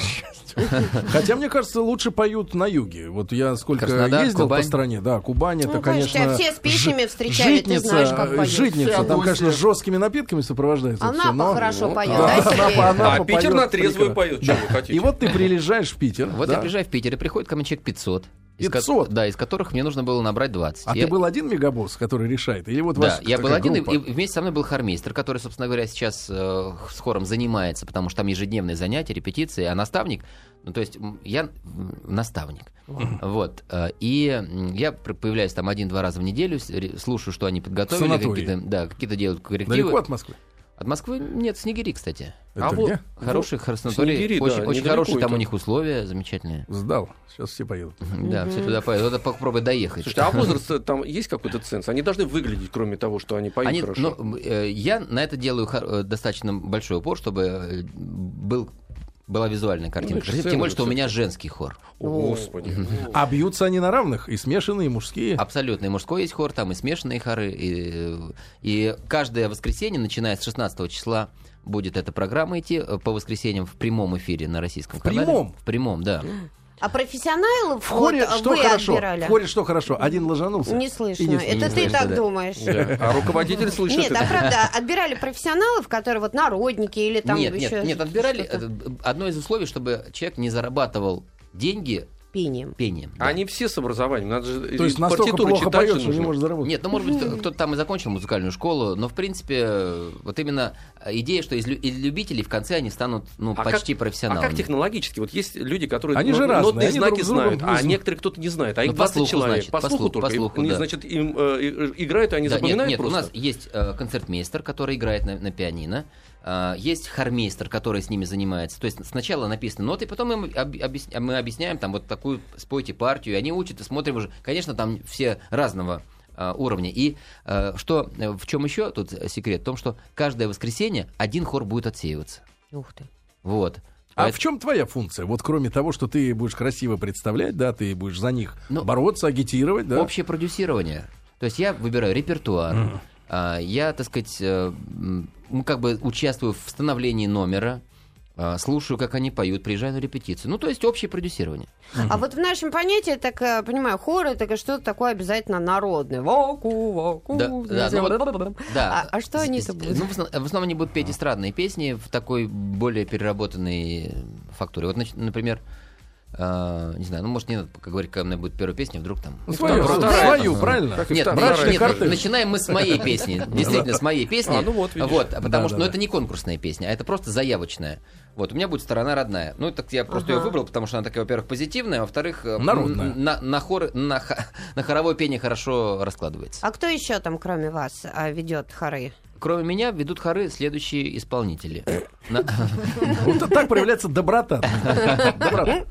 [SPEAKER 1] Хотя, мне кажется, лучше поют на юге. Вот я сколько
[SPEAKER 3] Краснодар,
[SPEAKER 1] ездил
[SPEAKER 3] Кубань.
[SPEAKER 1] по стране, да, Кубань, это,
[SPEAKER 2] Ну, конечно, тебя все с песнями встречали, ты
[SPEAKER 1] житница,
[SPEAKER 2] знаешь, как
[SPEAKER 1] э,
[SPEAKER 2] поют.
[SPEAKER 1] Житница, там, конечно, с жесткими напитками сопровождается всё,
[SPEAKER 2] Анапа
[SPEAKER 1] но...
[SPEAKER 2] хорошо
[SPEAKER 4] Ну,
[SPEAKER 2] поет,
[SPEAKER 1] да.
[SPEAKER 2] да, Сергей?
[SPEAKER 1] Анапа,
[SPEAKER 4] А
[SPEAKER 1] Она
[SPEAKER 4] Питер
[SPEAKER 1] поёт
[SPEAKER 4] на трезвую
[SPEAKER 1] прекрасно.
[SPEAKER 4] поет, что вы хотите.
[SPEAKER 1] И вот ты приезжаешь в Питер,
[SPEAKER 3] э, Вот
[SPEAKER 1] да,
[SPEAKER 3] я приезжаю в Питер, и приходит ко мне человек 500. из ко-
[SPEAKER 1] 500.
[SPEAKER 3] да, из которых мне нужно было набрать 20.
[SPEAKER 1] А
[SPEAKER 3] Я-
[SPEAKER 1] ты был один мегабосс, который решает? Или вот
[SPEAKER 3] Да,
[SPEAKER 1] ваша
[SPEAKER 3] я был
[SPEAKER 1] такая
[SPEAKER 3] один, и,
[SPEAKER 1] группа?
[SPEAKER 3] и вместе со мной был хормейстер, который, собственно говоря, сейчас э, с хором занимается, потому что там ежедневные занятия, репетиции, а наставник, ну, то есть м, я м, наставник, вот, э, и м, я пр- появляюсь там один-два раза в неделю, с- ре- слушаю, что они подготовили,
[SPEAKER 1] санатории.
[SPEAKER 3] какие-то, да, какие-то делают коррективы.
[SPEAKER 1] Далеко от Москвы?
[SPEAKER 3] От Москвы нет, Снегири, кстати. А
[SPEAKER 1] Это где?
[SPEAKER 3] Хороший санаторий,
[SPEAKER 4] Снегири, да,
[SPEAKER 3] очень, очень
[SPEAKER 4] недалеко
[SPEAKER 3] хорошие там
[SPEAKER 4] это.
[SPEAKER 3] у них условия, замечательные.
[SPEAKER 1] Сдал. Сейчас все поедут.
[SPEAKER 3] Да, все туда поедут. Надо попробовать доехать.
[SPEAKER 4] Слушайте, а возраст э, там есть какой-то ценз? Они должны выглядеть, кроме того, что они поют
[SPEAKER 3] Они-
[SPEAKER 4] хорошо.
[SPEAKER 3] ну, э, я на это делаю хор- э, достаточно большой упор, чтобы э, был, была визуальная
[SPEAKER 4] это
[SPEAKER 3] картинка.
[SPEAKER 4] же
[SPEAKER 3] Тем
[SPEAKER 4] целое
[SPEAKER 3] более, что у
[SPEAKER 4] всё-таки.
[SPEAKER 3] меня женский хор.
[SPEAKER 4] О, господи.
[SPEAKER 1] А бьются они на равных? И смешанные, и
[SPEAKER 3] А
[SPEAKER 1] мужские?
[SPEAKER 3] Абсолютно и мужской есть хор, там и смешанные хоры. И, и каждое воскресенье, начиная с 16 числа, будет эта программа идти э, по воскресеньям в прямом эфире на российском
[SPEAKER 1] В
[SPEAKER 3] канале.
[SPEAKER 1] прямом?
[SPEAKER 3] В прямом, да.
[SPEAKER 2] А профессионалов
[SPEAKER 1] В хоре
[SPEAKER 2] вот, а
[SPEAKER 1] что
[SPEAKER 2] вы
[SPEAKER 1] хорошо?
[SPEAKER 2] отбирали?
[SPEAKER 1] В хоре что хорошо? Один ложанулся.
[SPEAKER 2] Не
[SPEAKER 1] И
[SPEAKER 2] слышно.
[SPEAKER 1] не
[SPEAKER 2] Это
[SPEAKER 3] Не
[SPEAKER 2] ты
[SPEAKER 3] слышно,
[SPEAKER 2] так
[SPEAKER 3] да.
[SPEAKER 2] думаешь.
[SPEAKER 4] Да. А руководитель слышит
[SPEAKER 2] Нет,
[SPEAKER 4] это?
[SPEAKER 2] а правда, отбирали профессионалов, которые вот народники или там
[SPEAKER 3] нет,
[SPEAKER 2] еще
[SPEAKER 3] нет, нет, отбирали.
[SPEAKER 2] что-то?
[SPEAKER 3] э, Одно из условий, чтобы человек не зарабатывал деньги
[SPEAKER 2] пением.
[SPEAKER 3] пением. да.
[SPEAKER 4] Они все с образованием. Надо же
[SPEAKER 1] То есть
[SPEAKER 4] и
[SPEAKER 1] настолько
[SPEAKER 4] партитуру
[SPEAKER 1] плохо
[SPEAKER 4] читать же
[SPEAKER 1] поет, что не
[SPEAKER 4] нужно.
[SPEAKER 1] может заработать.
[SPEAKER 3] Нет, ну, может быть, кто- кто-то там и закончил музыкальную школу, но, в принципе, э, вот именно э, идея, что из, лю- из любителей в конце они станут, ну,
[SPEAKER 4] А
[SPEAKER 3] почти
[SPEAKER 4] А
[SPEAKER 3] профессионалами.
[SPEAKER 4] как технологически? Вот есть люди, которые
[SPEAKER 1] Они
[SPEAKER 4] но-
[SPEAKER 1] же разные,
[SPEAKER 4] нотные
[SPEAKER 1] они
[SPEAKER 4] знаки
[SPEAKER 1] друг с другом
[SPEAKER 4] знают, а
[SPEAKER 1] близко.
[SPEAKER 4] некоторые кто-то не знает. А их
[SPEAKER 3] Ну, по
[SPEAKER 4] 20
[SPEAKER 3] слуху,
[SPEAKER 4] человек.
[SPEAKER 3] значит,
[SPEAKER 4] по
[SPEAKER 3] по
[SPEAKER 4] слуху
[SPEAKER 3] слуху,
[SPEAKER 4] только.
[SPEAKER 3] по
[SPEAKER 4] И-
[SPEAKER 3] слуху,
[SPEAKER 4] и,
[SPEAKER 3] да.
[SPEAKER 4] Значит, им э, и- играют, и они
[SPEAKER 3] Да, нет,
[SPEAKER 4] запоминают
[SPEAKER 3] нет,
[SPEAKER 4] просто.
[SPEAKER 3] у нас есть э, концертмейстер, который играет на, на пианино, э, есть хормейстер, который с ними занимается. То есть сначала написаны ноты, потом им об- объяс- мы объясняем, там, вот такую спойте партию, и они учат, и смотрим уже. Конечно, там все разного э, уровня. И э, что, э, в чем еще тут секрет? В том, что каждое воскресенье один хор будет отсеиваться.
[SPEAKER 2] Ух ты.
[SPEAKER 3] Вот.
[SPEAKER 1] А
[SPEAKER 3] Поэт-
[SPEAKER 1] в чем твоя функция? Вот кроме того, что ты будешь красиво представлять, да, ты будешь за них
[SPEAKER 3] Ну,
[SPEAKER 1] бороться, агитировать, да?
[SPEAKER 3] общее продюсирование. То есть я выбираю репертуар, а, я, так сказать, э, м, ну, как бы участвую в становлении номера, а, слушаю, как они поют, приезжаю на репетицию. Ну, то есть общее продюсирование.
[SPEAKER 2] А вот в нашем понятии, я так э, понимаю, хор это что-то такое обязательно народное. Воку, воку.
[SPEAKER 3] Да, да, ну вот, да.
[SPEAKER 2] А- а что
[SPEAKER 3] З-
[SPEAKER 2] они-то
[SPEAKER 3] з-
[SPEAKER 2] будут?
[SPEAKER 3] Ну, в основ- в основном, они будут петь эстрадные песни в такой более переработанной э, фактуре. Вот, нач- например, э, не знаю, ну, может, не надо пока говорить, какая у меня будет первая песня, вдруг там...
[SPEAKER 1] Ну, свою,
[SPEAKER 4] Вторая,
[SPEAKER 1] свою,
[SPEAKER 4] вторая,
[SPEAKER 1] свою,
[SPEAKER 3] там,
[SPEAKER 1] правильно?
[SPEAKER 4] и
[SPEAKER 3] Нет,
[SPEAKER 4] вторая,
[SPEAKER 3] нет,
[SPEAKER 1] брачные
[SPEAKER 3] нет,
[SPEAKER 1] карты.
[SPEAKER 3] начинаем мы с моей песни. Действительно, с моей песни.
[SPEAKER 4] А, ну вот, видишь.
[SPEAKER 3] Вот, потому что ну,
[SPEAKER 1] да.
[SPEAKER 3] это не конкурсная песня, а это просто заявочная. Вот, у меня будет сторона родная. Ну, так я просто ее
[SPEAKER 2] Ага.
[SPEAKER 3] выбрал, потому что она такая, во-первых, позитивная, а во-вторых, э,
[SPEAKER 1] Народная.
[SPEAKER 3] м, на, на, хор, на, ха- на хоровое пение хорошо раскладывается.
[SPEAKER 2] А кто еще там, кроме вас, ведет хоры?
[SPEAKER 3] Кроме меня ведут хоры следующие исполнители. На-
[SPEAKER 1] Вот так проявляется доброта. Доброта.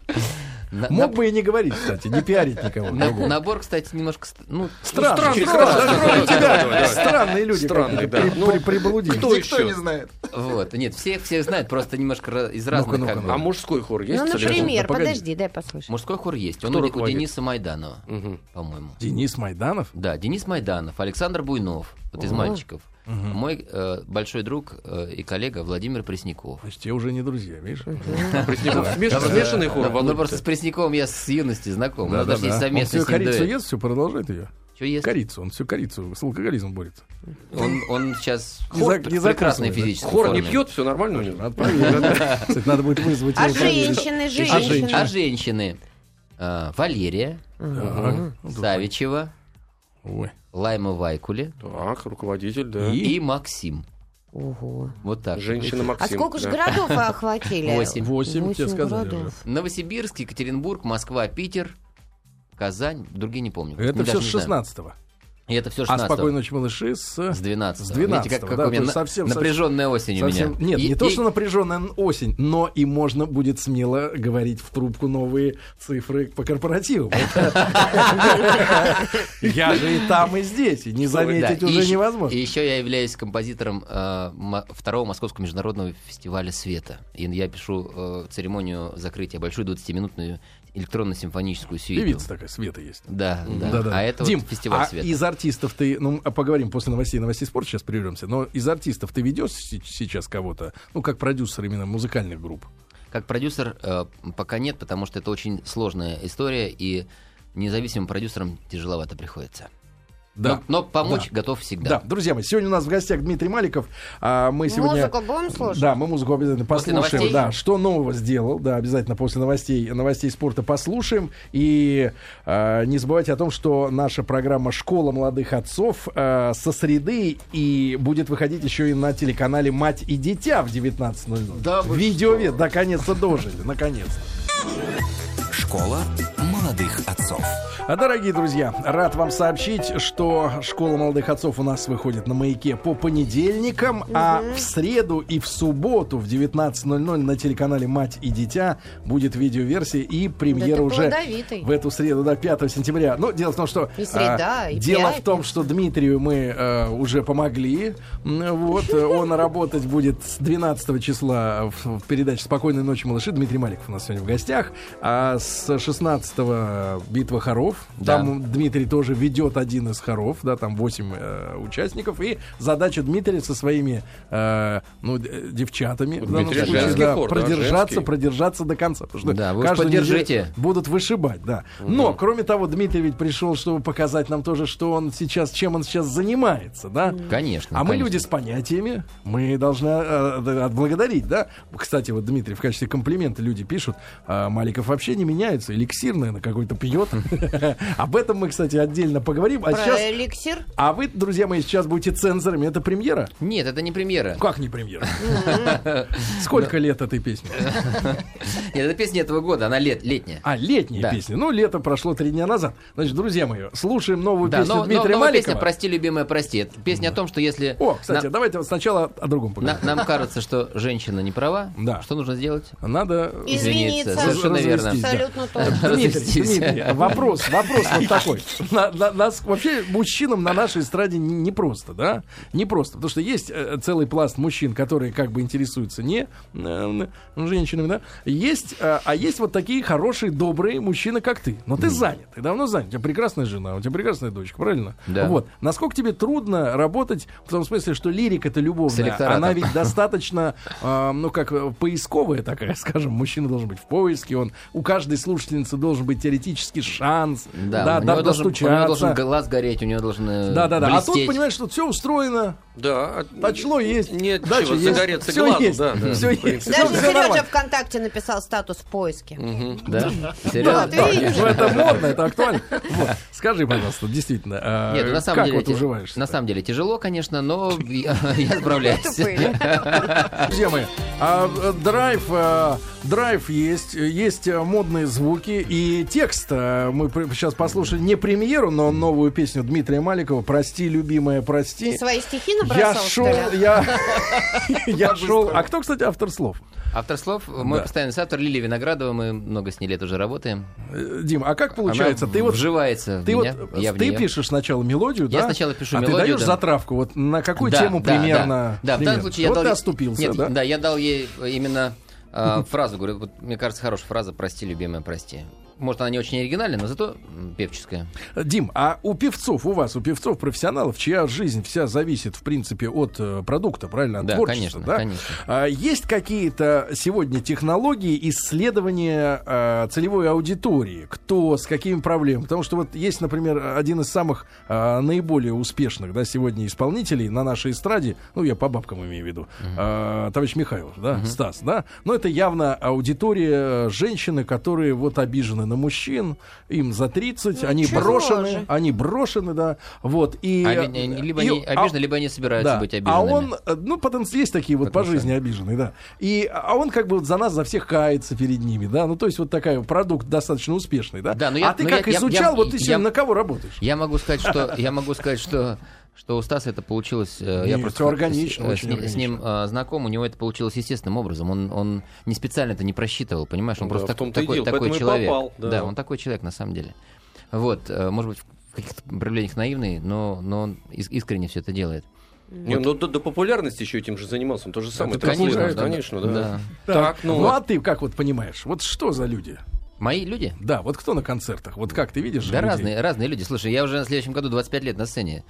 [SPEAKER 3] на-
[SPEAKER 1] Мог бы и не говорить, кстати, не пиарить никого.
[SPEAKER 3] на- на- Набор, кстати, немножко... ст- Ну,
[SPEAKER 1] Странно,
[SPEAKER 4] Странный,
[SPEAKER 1] странно,
[SPEAKER 4] странный.
[SPEAKER 1] кроме тебя.
[SPEAKER 4] Давай, давай, давай.
[SPEAKER 1] Странные люди
[SPEAKER 4] Странные,
[SPEAKER 1] какие-то,
[SPEAKER 4] да.
[SPEAKER 1] при- при- приблудились.
[SPEAKER 4] кто еще?
[SPEAKER 3] вот, нет, всех, всех знают, просто немножко ра- из разных...
[SPEAKER 1] ну-ка,
[SPEAKER 3] как бы.
[SPEAKER 4] А мужской хор есть?
[SPEAKER 2] Ну,
[SPEAKER 4] кстати?
[SPEAKER 2] например,
[SPEAKER 1] погоди.
[SPEAKER 2] подожди, дай послушать.
[SPEAKER 3] Мужской хор есть, он
[SPEAKER 4] Кто
[SPEAKER 3] у, Де- у
[SPEAKER 4] руководит?
[SPEAKER 3] Дениса Майданова,
[SPEAKER 4] Мгм.
[SPEAKER 3] по-моему.
[SPEAKER 1] Денис Майданов?
[SPEAKER 3] Да, Денис Майданов, Александр Буйнов, вот из
[SPEAKER 2] О.
[SPEAKER 3] мальчиков. Мой э, большой друг э, и коллега Владимир Пресняков.
[SPEAKER 1] Значит, те уже не друзья, видишь?
[SPEAKER 4] Пресняков смеш- Смешанный хор,
[SPEAKER 3] Ну,
[SPEAKER 4] Володь,
[SPEAKER 3] просто
[SPEAKER 4] ты?
[SPEAKER 3] с Пресняковым я с юности знаком. У нас
[SPEAKER 1] Да-да-да.
[SPEAKER 3] даже есть
[SPEAKER 1] Он
[SPEAKER 3] совместный
[SPEAKER 1] всю
[SPEAKER 3] с ним
[SPEAKER 1] корицу
[SPEAKER 3] дуэт.
[SPEAKER 1] ест, все продолжает ее.
[SPEAKER 3] Чё ест?
[SPEAKER 1] Корицу, он всю корицу с алкоголизмом борется.
[SPEAKER 3] Он, он сейчас
[SPEAKER 1] Не за-
[SPEAKER 3] хор,
[SPEAKER 1] не
[SPEAKER 3] прекрасный
[SPEAKER 1] закусывает, да?
[SPEAKER 3] физически.
[SPEAKER 4] Хор не
[SPEAKER 3] форме.
[SPEAKER 4] пьет, все нормально у него?
[SPEAKER 1] Надо проверить, да. Кстати, надо будет вызвать
[SPEAKER 2] А
[SPEAKER 1] его проверить.
[SPEAKER 2] женщины,
[SPEAKER 3] И- А женщины?
[SPEAKER 2] женщины.
[SPEAKER 3] А, Валерия,
[SPEAKER 1] Так, ну, тут-
[SPEAKER 3] Савичева,
[SPEAKER 1] Ой.
[SPEAKER 3] Лайма Вайкули
[SPEAKER 4] Так, руководитель, да.
[SPEAKER 1] И?
[SPEAKER 3] и Максим.
[SPEAKER 2] Ого.
[SPEAKER 3] Вот так.
[SPEAKER 4] Женщина
[SPEAKER 2] А
[SPEAKER 4] Максим.
[SPEAKER 2] сколько же
[SPEAKER 4] да.
[SPEAKER 2] городов вы охватили?
[SPEAKER 3] Восемь.
[SPEAKER 1] Восемь, тебе
[SPEAKER 2] Восемь
[SPEAKER 1] сказали
[SPEAKER 2] городов.
[SPEAKER 1] уже.
[SPEAKER 3] Новосибирск, Екатеринбург, Москва, Питер, Казань, другие не помню.
[SPEAKER 1] Это
[SPEAKER 3] Мы
[SPEAKER 1] все
[SPEAKER 3] даже
[SPEAKER 1] с
[SPEAKER 3] не знаем.
[SPEAKER 1] 16
[SPEAKER 3] И это все
[SPEAKER 1] А
[SPEAKER 3] 16
[SPEAKER 1] «Спокойной ночи, малыши» с...
[SPEAKER 3] С 12.
[SPEAKER 1] С 12,
[SPEAKER 3] Видите, как, как
[SPEAKER 1] да,
[SPEAKER 3] у меня
[SPEAKER 1] то есть
[SPEAKER 3] на-
[SPEAKER 1] совсем-
[SPEAKER 3] напряженная осень у
[SPEAKER 1] совсем-
[SPEAKER 3] меня.
[SPEAKER 1] Нет,
[SPEAKER 3] И-
[SPEAKER 1] не то,
[SPEAKER 3] и-
[SPEAKER 1] что напряженная осень, но и можно будет смело говорить в трубку новые цифры по корпоративу. Я же и там, и здесь. И не заметить
[SPEAKER 3] Да, и
[SPEAKER 1] уже
[SPEAKER 3] ещё- И
[SPEAKER 1] невозможно.
[SPEAKER 3] еще я являюсь композитором э, мо- второго Московского международного фестиваля света. И я пишу э, церемонию закрытия большую 20-минутную электронно-симфоническую сюиту.
[SPEAKER 1] Певица такая, Света есть.
[SPEAKER 3] Да, да,
[SPEAKER 1] Да-да.
[SPEAKER 3] А это
[SPEAKER 1] Дим,
[SPEAKER 3] вот фестиваль
[SPEAKER 1] а
[SPEAKER 3] света.
[SPEAKER 1] из артистов ты, ну, а поговорим после новостей, новостей спорта сейчас прервемся, но из артистов ты ведешь се- сейчас кого-то, ну, как продюсер именно музыкальных групп?
[SPEAKER 3] Как продюсер э, пока нет, потому что это очень сложная история, и независимым продюсерам тяжеловато приходится.
[SPEAKER 1] Да.
[SPEAKER 3] Но, но помочь готов всегда.
[SPEAKER 1] Да, друзья мои, сегодня у нас в гостях Дмитрий Маликов. А мы сегодня...
[SPEAKER 2] Музыку будем слушать?
[SPEAKER 1] Да, мы музыку обязательно
[SPEAKER 3] После
[SPEAKER 1] послушаем.
[SPEAKER 3] новостей?
[SPEAKER 1] да, что нового сделал. Да, обязательно после новостей, новостей спорта послушаем. И э, не забывайте о том, что наша программа «Школа молодых отцов» э, со среды и будет выходить еще и на телеканале «Мать и дитя» в 19.00.
[SPEAKER 5] Да вы
[SPEAKER 1] Видеовед, наконец-то дожили, наконец-то.
[SPEAKER 6] Школа молодых отцов.
[SPEAKER 1] А, Дорогие друзья, рад вам сообщить, что школа молодых отцов у нас выходит на маяке по понедельникам, а в среду и в субботу в 19.00 на телеканале Мать и Дитя будет видеоверсия и премьера
[SPEAKER 2] ты
[SPEAKER 1] уже
[SPEAKER 2] плодовитый.
[SPEAKER 1] в эту среду, да, 5 сентября. Но дело в том, что
[SPEAKER 2] И среда, и
[SPEAKER 1] А, дело в
[SPEAKER 2] пятница.
[SPEAKER 1] том, что Дмитрию мы э, уже помогли. М, Вот, э, он работать будет с 12 числа в, в передаче «Спокойной ночи, малыши». Дмитрий Маликов у нас сегодня в гостях. А с 16 «Битва хоров».
[SPEAKER 3] Да.
[SPEAKER 1] Там Дмитрий тоже ведет один из хоров, да, там 8 участников. И задача Дмитрия со своими, э, ну, д- девчатами, в данном
[SPEAKER 4] Дмитрий
[SPEAKER 1] случае,
[SPEAKER 4] женский
[SPEAKER 1] да,
[SPEAKER 4] хор, да,
[SPEAKER 1] продержаться,
[SPEAKER 4] женский.
[SPEAKER 1] продержаться до конца. Потому что
[SPEAKER 3] Да, вы уж
[SPEAKER 1] каждую
[SPEAKER 3] поддержите.
[SPEAKER 1] неделю- будут вышибать, да. Но, кроме того, Дмитрий ведь пришел, чтобы показать нам тоже, что он сейчас, чем он сейчас занимается, да?
[SPEAKER 3] Конечно.
[SPEAKER 1] А мы
[SPEAKER 3] конечно.
[SPEAKER 1] люди с понятиями, мы должны э, э, отблагодарить, да? Кстати, вот, Дмитрий, в качестве комплимента люди пишут, а, Маликов вообще не меняется, эликсир, наверное, какой-то пьет. Об этом мы, кстати, отдельно поговорим. А
[SPEAKER 2] Про
[SPEAKER 1] сейчас...
[SPEAKER 2] эликсир?
[SPEAKER 1] А вы, друзья мои, сейчас будете цензорами. Это премьера?
[SPEAKER 3] Нет, это не премьера.
[SPEAKER 1] Как не премьера? Сколько лет этой песни?
[SPEAKER 3] Нет, это песня этого года, она лет, летняя.
[SPEAKER 1] А, летняя
[SPEAKER 3] Да.
[SPEAKER 1] песня. Ну, лето прошло три дня назад. Значит, друзья мои, слушаем новую
[SPEAKER 3] Да,
[SPEAKER 1] песню
[SPEAKER 3] но, но-
[SPEAKER 1] Дмитрия
[SPEAKER 3] новая песня
[SPEAKER 1] Маликова.
[SPEAKER 3] «Прости, любимая, прости». Это песня о том, что если...
[SPEAKER 1] О, кстати,
[SPEAKER 3] на-
[SPEAKER 1] давайте вот сначала о другом
[SPEAKER 3] на-
[SPEAKER 1] поговорим.
[SPEAKER 3] нам кажется, что женщина не права,
[SPEAKER 1] Да.
[SPEAKER 3] что нужно сделать?
[SPEAKER 1] Надо...
[SPEAKER 2] Из- Извиниться.
[SPEAKER 3] Совершенно верно.
[SPEAKER 1] Развестись.
[SPEAKER 2] Абсолютно точно.
[SPEAKER 1] Дмитрий,
[SPEAKER 3] Развестись.
[SPEAKER 1] Дмитрий, вопрос, вопрос вот такой. На- на- нас, вообще мужчинам на нашей эстраде не- непросто, да? Непросто, потому что есть э, целый пласт мужчин, которые как бы интересуются не э, женщинами, да? Есть, э, а есть вот такие хорошие, добрые мужчины, как ты. Но ты занят, ты давно занят. У тебя прекрасная жена, у тебя прекрасная дочка, правильно?
[SPEAKER 3] Да.
[SPEAKER 1] Вот. Насколько тебе трудно работать в том смысле, что лирика это
[SPEAKER 3] С
[SPEAKER 1] любовная,
[SPEAKER 3] электоратом.
[SPEAKER 1] она ведь достаточно, э, ну как э, поисковая такая, скажем, мужчина должен быть в поиске, он у каждой слушательницы должен быть теоретический шанс,
[SPEAKER 3] Да,
[SPEAKER 1] да,
[SPEAKER 3] у, него
[SPEAKER 1] да,
[SPEAKER 3] должен, у него должен
[SPEAKER 1] достучаться.
[SPEAKER 3] глаз гореть, у него должен э,
[SPEAKER 1] Да, да, да. А тут
[SPEAKER 3] блестеть.
[SPEAKER 1] понимаешь, что все устроено,
[SPEAKER 4] Да. от-
[SPEAKER 1] точло есть,
[SPEAKER 4] Нет,
[SPEAKER 1] дача
[SPEAKER 4] чего,
[SPEAKER 1] есть,
[SPEAKER 4] загореться
[SPEAKER 1] всё
[SPEAKER 4] глазу,
[SPEAKER 1] есть,
[SPEAKER 4] да, да.
[SPEAKER 1] всё есть, всё-
[SPEAKER 2] Даже
[SPEAKER 1] всё
[SPEAKER 2] Сережа
[SPEAKER 1] нормально.
[SPEAKER 2] ВКонтакте написал статус в поиске.
[SPEAKER 3] Да?
[SPEAKER 1] Да,
[SPEAKER 3] Серьезно?
[SPEAKER 2] ты
[SPEAKER 1] да,
[SPEAKER 2] видишь?
[SPEAKER 1] ну, это модно, это актуально. Вот. Скажи, пожалуйста, действительно, э,
[SPEAKER 3] Нет, ну, на самом
[SPEAKER 1] как
[SPEAKER 3] деле,
[SPEAKER 1] вот
[SPEAKER 3] те-
[SPEAKER 1] уживаешься?
[SPEAKER 3] на самом деле тяжело, конечно, но я я справляюсь.
[SPEAKER 2] Тупые.
[SPEAKER 1] Друзья мои, а, э, драйв, э, драйв есть, э, есть э, модные звуки и текст. э, Мы сейчас послушали не премьеру, но новую песню Дмитрия Маликова «Прости, любимая, прости».
[SPEAKER 2] Ты свои стихи
[SPEAKER 1] Я
[SPEAKER 2] набросал,
[SPEAKER 1] шел,
[SPEAKER 2] что ли?
[SPEAKER 1] я, я шел. А кто, кстати, автор слов?
[SPEAKER 3] Автор слов, мой постоянный соавтор Лилия Виноградова, мы много с ней лет уже работаем.
[SPEAKER 1] Э, Дим, а как
[SPEAKER 3] Она
[SPEAKER 1] получается? ты вот
[SPEAKER 3] вживается в
[SPEAKER 1] ты
[SPEAKER 3] меня,
[SPEAKER 1] вот
[SPEAKER 3] я в
[SPEAKER 1] ты
[SPEAKER 3] нее.
[SPEAKER 1] пишешь сначала мелодию,
[SPEAKER 3] Я
[SPEAKER 1] да?
[SPEAKER 3] сначала пишу
[SPEAKER 1] а
[SPEAKER 3] мелодию,
[SPEAKER 1] ты даешь
[SPEAKER 3] да.
[SPEAKER 1] затравку вот на какую
[SPEAKER 3] Да,
[SPEAKER 1] тему
[SPEAKER 3] да,
[SPEAKER 1] примерно?
[SPEAKER 3] Да, да в
[SPEAKER 1] примерно?
[SPEAKER 3] данном случае я
[SPEAKER 1] вот
[SPEAKER 3] дал
[SPEAKER 1] ты
[SPEAKER 3] ей-
[SPEAKER 1] оступился,
[SPEAKER 3] Нет,
[SPEAKER 1] да?
[SPEAKER 3] я дал ей именно э, фразу, говорю, вот, мне кажется, хорошая фраза, прости, любимая, прости. Может, она не очень оригинальная, но зато м, певческая.
[SPEAKER 1] Дим, а у певцов, у вас, у певцов, профессионалов, чья жизнь вся зависит, в принципе, от э, продукта, правильно, от
[SPEAKER 3] Да,
[SPEAKER 1] творчества,
[SPEAKER 3] конечно,
[SPEAKER 1] да?
[SPEAKER 3] конечно.
[SPEAKER 1] А, есть какие-то сегодня технологии исследования э, целевой аудитории? Кто, с какими проблемами? Потому что вот есть, например, один из самых э, наиболее успешных, да, сегодня исполнителей на нашей эстраде, ну, я по бабкам имею в виду, э, товарищ Михайлов, да, Стас, да? Но это явно аудитория э, женщины, которые вот обижены на мужчин, им за 30, они
[SPEAKER 2] Ничего
[SPEAKER 1] брошены,
[SPEAKER 2] же.
[SPEAKER 1] они брошены, да, вот, и...
[SPEAKER 3] А они- они- либо
[SPEAKER 1] и-
[SPEAKER 3] они
[SPEAKER 1] а-
[SPEAKER 3] обижены, либо они собираются
[SPEAKER 1] да.
[SPEAKER 3] быть
[SPEAKER 1] А
[SPEAKER 3] обиженными.
[SPEAKER 1] он, э, ну, потенциально есть такие вот по жизни обиженные, да. И, а он как бы вот за нас, за всех кается перед ними, да. Ну, то есть вот такая продукт достаточно успешный, да.
[SPEAKER 3] Да, но я-
[SPEAKER 1] а ты
[SPEAKER 3] но
[SPEAKER 1] как
[SPEAKER 3] я- я-
[SPEAKER 1] изучал,
[SPEAKER 3] я-
[SPEAKER 1] вот ты
[SPEAKER 3] я-
[SPEAKER 1] сегодня на кого работаешь?
[SPEAKER 3] Я могу сказать, что я могу сказать, что что у Стаса это получилось, э, я
[SPEAKER 1] Не,
[SPEAKER 3] просто
[SPEAKER 1] всё органично,
[SPEAKER 3] с, э,
[SPEAKER 1] очень
[SPEAKER 3] с ним- с ним э, знаком, у него это получилось естественным образом. Он, он не специально это не просчитывал, понимаешь, он
[SPEAKER 4] Да,
[SPEAKER 3] просто
[SPEAKER 4] в
[SPEAKER 3] так-
[SPEAKER 4] том-то и
[SPEAKER 3] такой,
[SPEAKER 4] дело,
[SPEAKER 3] такой
[SPEAKER 4] поэтому и
[SPEAKER 3] человек.
[SPEAKER 4] попал, да.
[SPEAKER 3] он такой человек на самом деле. Вот, э, может быть, в каких-то проявлениях наивный, но, но он ис- искренне все это делает.
[SPEAKER 4] Не, ну до, до популярности еще этим же занимался. Он то же самое.
[SPEAKER 1] Это
[SPEAKER 4] транслировал,
[SPEAKER 1] конечно, да.
[SPEAKER 4] конечно, да.
[SPEAKER 3] Да.
[SPEAKER 4] Так, ну,
[SPEAKER 1] ну а ты как вот понимаешь, вот что за люди?
[SPEAKER 3] Мои люди?
[SPEAKER 1] Да, вот кто на концертах? Вот как ты видишь?
[SPEAKER 3] Да
[SPEAKER 1] людей?
[SPEAKER 3] разные, разные люди. Слушай, я уже на следующем году 25 лет на сцене.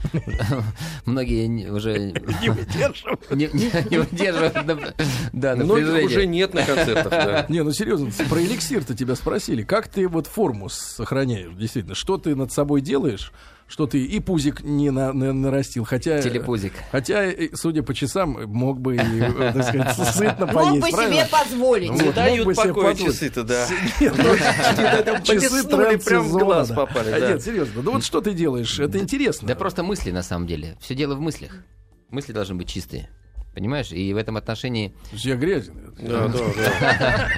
[SPEAKER 3] Многие не- уже
[SPEAKER 1] Не выдерживают.
[SPEAKER 3] не не- не выдерживают нап- да,
[SPEAKER 4] многих
[SPEAKER 3] напряжения.
[SPEAKER 4] ну, уже нет на концертах, да.
[SPEAKER 1] Не, ну серьезно, с- про эликсир-то тебя спросили. Как ты вот форму сохраняешь, действительно? Что ты над собой делаешь, что ты и пузик не на- на- нарастил. Хотя,
[SPEAKER 3] Телепузик.
[SPEAKER 1] хотя, э, судя по часам, мог бы и, э, так сказать, сытно
[SPEAKER 2] Мог
[SPEAKER 1] поесть.
[SPEAKER 2] бы
[SPEAKER 1] правильно?
[SPEAKER 2] себе позволить.
[SPEAKER 1] Вот,
[SPEAKER 4] Не
[SPEAKER 1] мог бы
[SPEAKER 4] дают
[SPEAKER 1] себе
[SPEAKER 4] покоя
[SPEAKER 1] позволить.
[SPEAKER 4] часы-то, да.
[SPEAKER 1] Нет, ну, Часы
[SPEAKER 4] Потеснули, прям в
[SPEAKER 1] трансезона,
[SPEAKER 4] глаз
[SPEAKER 1] да.
[SPEAKER 4] попали,
[SPEAKER 1] А,
[SPEAKER 4] да.
[SPEAKER 1] Нет, серьезно, ну вот что ты делаешь? Это интересно.
[SPEAKER 3] Да просто мысли, на самом деле. Все дело в мыслях. Мысли должны быть чистые. Понимаешь? И в этом отношении...
[SPEAKER 1] Я грязный.
[SPEAKER 4] Да, да, да.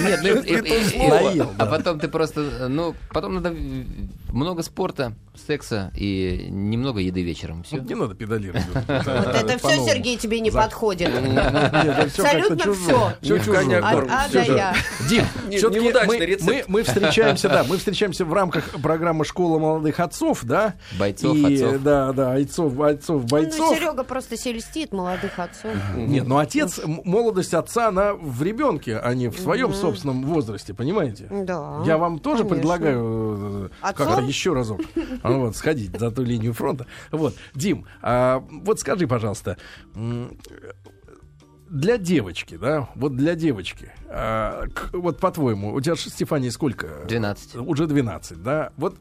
[SPEAKER 3] Нет, ну, и- и- и-
[SPEAKER 1] Наел,
[SPEAKER 3] А
[SPEAKER 1] да.
[SPEAKER 3] потом ты просто... Ну, потом надо э, много спорта, секса и немного еды вечером. Всё.
[SPEAKER 1] Не надо педалировать.
[SPEAKER 2] Вот это все, Сергей, тебе не подходит. Ну, Абсолютно всё.
[SPEAKER 4] Не в коня
[SPEAKER 2] А-
[SPEAKER 4] корм.
[SPEAKER 2] а,
[SPEAKER 4] Всё
[SPEAKER 2] да
[SPEAKER 4] же.
[SPEAKER 2] я.
[SPEAKER 1] Дим,
[SPEAKER 4] Не-
[SPEAKER 1] всё-таки
[SPEAKER 4] неудачный
[SPEAKER 1] мы-
[SPEAKER 4] рецепт.
[SPEAKER 1] мы- Мы встречаемся, да, мы встречаемся в рамках программы «Школа молодых отцов», да?
[SPEAKER 3] Бойцов,
[SPEAKER 1] И,
[SPEAKER 3] отцов.
[SPEAKER 1] Да, да, отцов, отцов,
[SPEAKER 2] Ну,
[SPEAKER 1] бойцов.
[SPEAKER 2] Серега просто селестит молодых отцов.
[SPEAKER 1] Нет, но отец, м- молодость отца, она в ребенке, а не в своем собственном возрасте, понимаете?
[SPEAKER 2] Ну, Да.
[SPEAKER 1] Я вам тоже
[SPEAKER 2] конечно.
[SPEAKER 1] предлагаю э,
[SPEAKER 2] Отцом?
[SPEAKER 1] как-то еще разок а, вот, сходить за ту линию фронта. Вот, Дим, а, вот скажи, пожалуйста, м, для девочки, да, вот для девочки, а, к- вот по-твоему, у тебя, ж, Стефания, сколько?
[SPEAKER 3] 12.
[SPEAKER 1] Уже 12, да? Вот,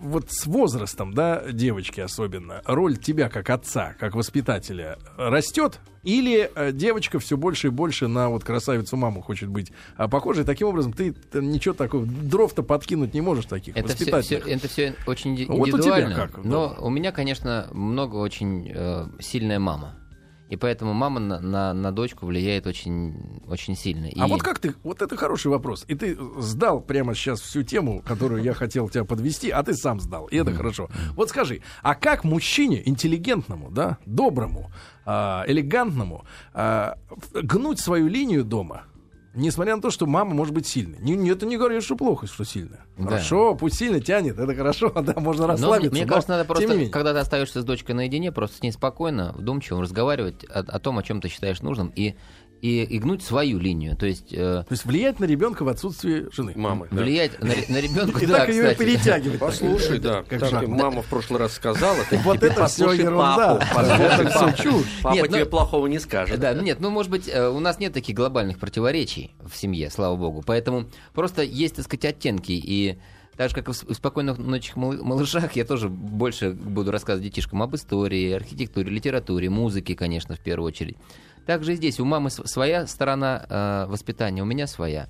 [SPEAKER 1] вот с возрастом, да, девочки особенно, роль тебя как отца, как воспитателя растет? Или э, девочка все больше и больше на вот красавицу маму хочет быть а, похожей? Таким образом, ты э, ничего такого, дров-то подкинуть не можешь таких
[SPEAKER 3] Это все,
[SPEAKER 1] воспитателей.
[SPEAKER 3] это все очень инди-
[SPEAKER 1] Ну, Вот у тебя
[SPEAKER 3] индивидуально.
[SPEAKER 1] как?
[SPEAKER 3] но у меня, конечно, много очень э, сильная мама. И поэтому мама на, на- на дочку влияет очень, очень сильно.
[SPEAKER 1] А
[SPEAKER 3] И-
[SPEAKER 1] вот как ты, вот это хороший вопрос. И ты сдал прямо сейчас всю тему, которую я хотел тебя подвести, а ты сам сдал. И это хорошо. Вот скажи, а как мужчине интеллигентному, да, доброму, а, элегантному а, в- гнуть свою линию дома? Несмотря на то, что мама может быть сильной. Не, не- это не говорит, что плохо, что сильная.
[SPEAKER 3] Да.
[SPEAKER 1] Хорошо, пусть сильно тянет, это хорошо, да, можно
[SPEAKER 3] Но мне,
[SPEAKER 1] расслабиться.
[SPEAKER 3] мне
[SPEAKER 1] но
[SPEAKER 3] кажется, надо
[SPEAKER 1] тем не
[SPEAKER 3] просто,
[SPEAKER 1] менее.
[SPEAKER 3] когда ты остаешься с дочкой наедине, просто с ней спокойно, вдумчиво разговаривать о, о том, о чем ты считаешь нужным, и, и, и гнуть свою линию. То есть э,
[SPEAKER 1] То есть влиять на ребенка в отсутствии жены.
[SPEAKER 4] Мамы. да.
[SPEAKER 3] влиять на, ре- на ребенка.
[SPEAKER 1] И
[SPEAKER 3] да,
[SPEAKER 1] так ее и
[SPEAKER 3] кстати.
[SPEAKER 1] перетягивать.
[SPEAKER 4] Послушай, да, как
[SPEAKER 1] же.
[SPEAKER 4] тебе мама в прошлый раз сказала, ты
[SPEAKER 1] Вот
[SPEAKER 4] теперь
[SPEAKER 1] это всё
[SPEAKER 4] послушай
[SPEAKER 1] ерунда.
[SPEAKER 4] папу, послушай
[SPEAKER 1] Это всё
[SPEAKER 4] папу.
[SPEAKER 1] чушь.
[SPEAKER 4] Папа
[SPEAKER 3] Нет, ну-
[SPEAKER 4] тебе плохого не скажет.
[SPEAKER 3] Да, ну нет, ну может быть, э, у нас нет таких глобальных противоречий в семье, слава богу. Поэтому просто есть, так сказать, оттенки. И так же, как и в с- в «Спокойных ночах, мал- малышах», я тоже больше буду рассказывать детишкам об истории, архитектуре, литературе, музыке, конечно, в первую очередь. Также и здесь. У мамы св- своя сторона э, воспитания, у меня своя.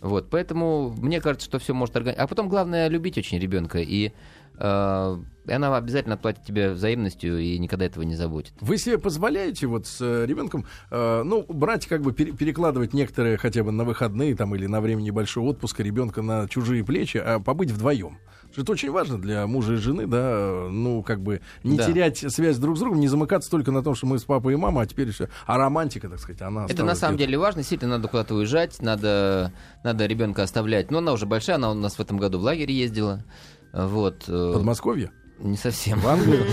[SPEAKER 3] Вот, поэтому мне кажется, что все может организовать. А потом главное любить очень ребенка, и, э, и она обязательно отплатит тебе взаимностью и никогда этого не забудет.
[SPEAKER 1] Вы себе позволяете вот с э, ребенком, э, ну, брать, как бы пере- перекладывать некоторые хотя бы на выходные там или на время небольшого отпуска ребенка на чужие плечи, а побыть вдвоем. Потому что Это очень важно для мужа и жены, да, э, ну, как бы не
[SPEAKER 3] Да.
[SPEAKER 1] терять связь друг с другом, не замыкаться только на том, что мы с папой и мамой, а теперь все. А романтика, так сказать, она
[SPEAKER 3] Это на
[SPEAKER 1] осталась
[SPEAKER 3] самом
[SPEAKER 1] где-то.
[SPEAKER 3] деле важно, действительно надо куда-то уезжать, надо, надо ребенка оставлять. Но она уже большая, она у нас в этом году в лагерь ездила. Вот. э,
[SPEAKER 1] Подмосковье?
[SPEAKER 3] Не совсем.
[SPEAKER 1] В Англию?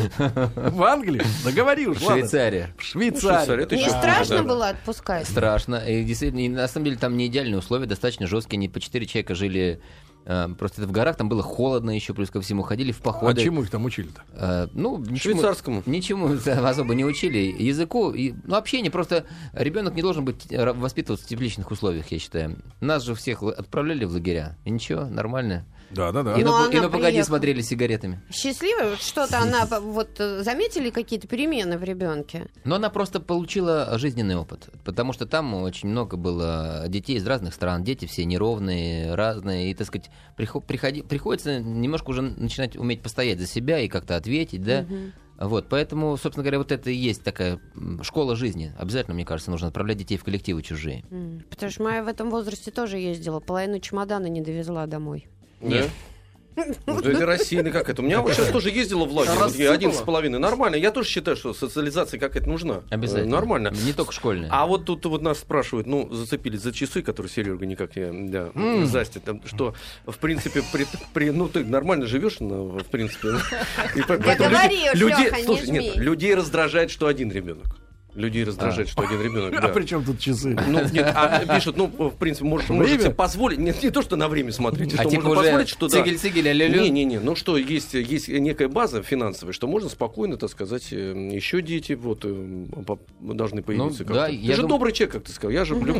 [SPEAKER 1] В Англию? Договори уж, ладно.
[SPEAKER 3] Швейцария.
[SPEAKER 1] В
[SPEAKER 4] Швейцария,
[SPEAKER 1] Швейцарии.
[SPEAKER 4] Ну, это
[SPEAKER 2] Не
[SPEAKER 4] еще хуже,
[SPEAKER 2] страшно
[SPEAKER 4] да.
[SPEAKER 2] было отпускать?
[SPEAKER 3] Страшно. И действительно, и на самом деле там не идеальные условия, достаточно жесткие. Они по четыре человека жили э, просто это в горах, там было холодно еще, плюс ко всему ходили в
[SPEAKER 1] А
[SPEAKER 3] походы.
[SPEAKER 1] чему их там учили-то?
[SPEAKER 3] Э, ну, ничему-
[SPEAKER 4] Швейцарскому.
[SPEAKER 3] Ничему особо не учили. Языку, и, ну, общение. Просто ребенок не должен быть э, воспитываться в тепличных условиях, я считаю. Нас же всех л- отправляли в лагеря. И ничего, нормально.
[SPEAKER 1] Да, да, да.
[SPEAKER 3] И,
[SPEAKER 2] Ну,
[SPEAKER 3] ну,
[SPEAKER 2] она
[SPEAKER 3] и ну, погоди,
[SPEAKER 2] приехала.
[SPEAKER 3] смотрели сигаретами.
[SPEAKER 2] Счастливая? Вот Что-то она... Вот э, заметили какие-то перемены в ребенке?
[SPEAKER 3] Но она просто получила жизненный опыт, потому что там очень много было детей из разных стран, дети все неровные, разные, и, так сказать, прихо- приходи- приходится немножко уже начинать уметь постоять за себя и как-то ответить, да. Вот, поэтому, собственно говоря, вот это и есть такая м, школа жизни. Обязательно, мне кажется, нужно отправлять детей в коллективы чужие.
[SPEAKER 2] М, Потому что моя в этом возрасте тоже ездила. Половину чемодана не довезла домой.
[SPEAKER 3] Нет.
[SPEAKER 4] Ну, да это рассеянно как это. У меня вот сейчас тоже ездила в лагерь. Вот я один с половиной. Нормально. Я тоже считаю, что социализация как это нужна.
[SPEAKER 3] Обязательно.
[SPEAKER 4] Э, Нормально.
[SPEAKER 3] Не только школьные.
[SPEAKER 4] А вот тут вот нас спрашивают, ну, зацепились за часы, которые Серега никак не да, застит, там, что, в принципе, при, при- ну, ты нормально живешь, ну, в принципе. И по- поэтому
[SPEAKER 2] говори уж,
[SPEAKER 4] люди-
[SPEAKER 2] Лёха, не
[SPEAKER 4] слушай,
[SPEAKER 2] жми.
[SPEAKER 4] нет, людей раздражает, что один ребенок. людей раздражает, что один ребенок.
[SPEAKER 1] А
[SPEAKER 4] да.
[SPEAKER 1] при чем тут часы?
[SPEAKER 4] Ну, нет, а пишут, ну, в принципе, может, можно
[SPEAKER 1] Время?
[SPEAKER 4] себе позволить. Нет, не то, что на время смотреть,
[SPEAKER 3] А
[SPEAKER 4] что
[SPEAKER 3] типа
[SPEAKER 4] можно
[SPEAKER 3] уже
[SPEAKER 4] позволить, что да.
[SPEAKER 3] цигель-цигель,
[SPEAKER 4] Не,
[SPEAKER 3] аллилю.
[SPEAKER 4] не, не, ну что, есть, есть некая база финансовая, что можно спокойно, так сказать, еще дети вот э, по- должны появиться
[SPEAKER 3] Ну,
[SPEAKER 4] как-то.
[SPEAKER 3] да,
[SPEAKER 4] ты
[SPEAKER 3] я
[SPEAKER 4] же
[SPEAKER 3] дум-
[SPEAKER 4] добрый человек, как ты сказал, я же люблю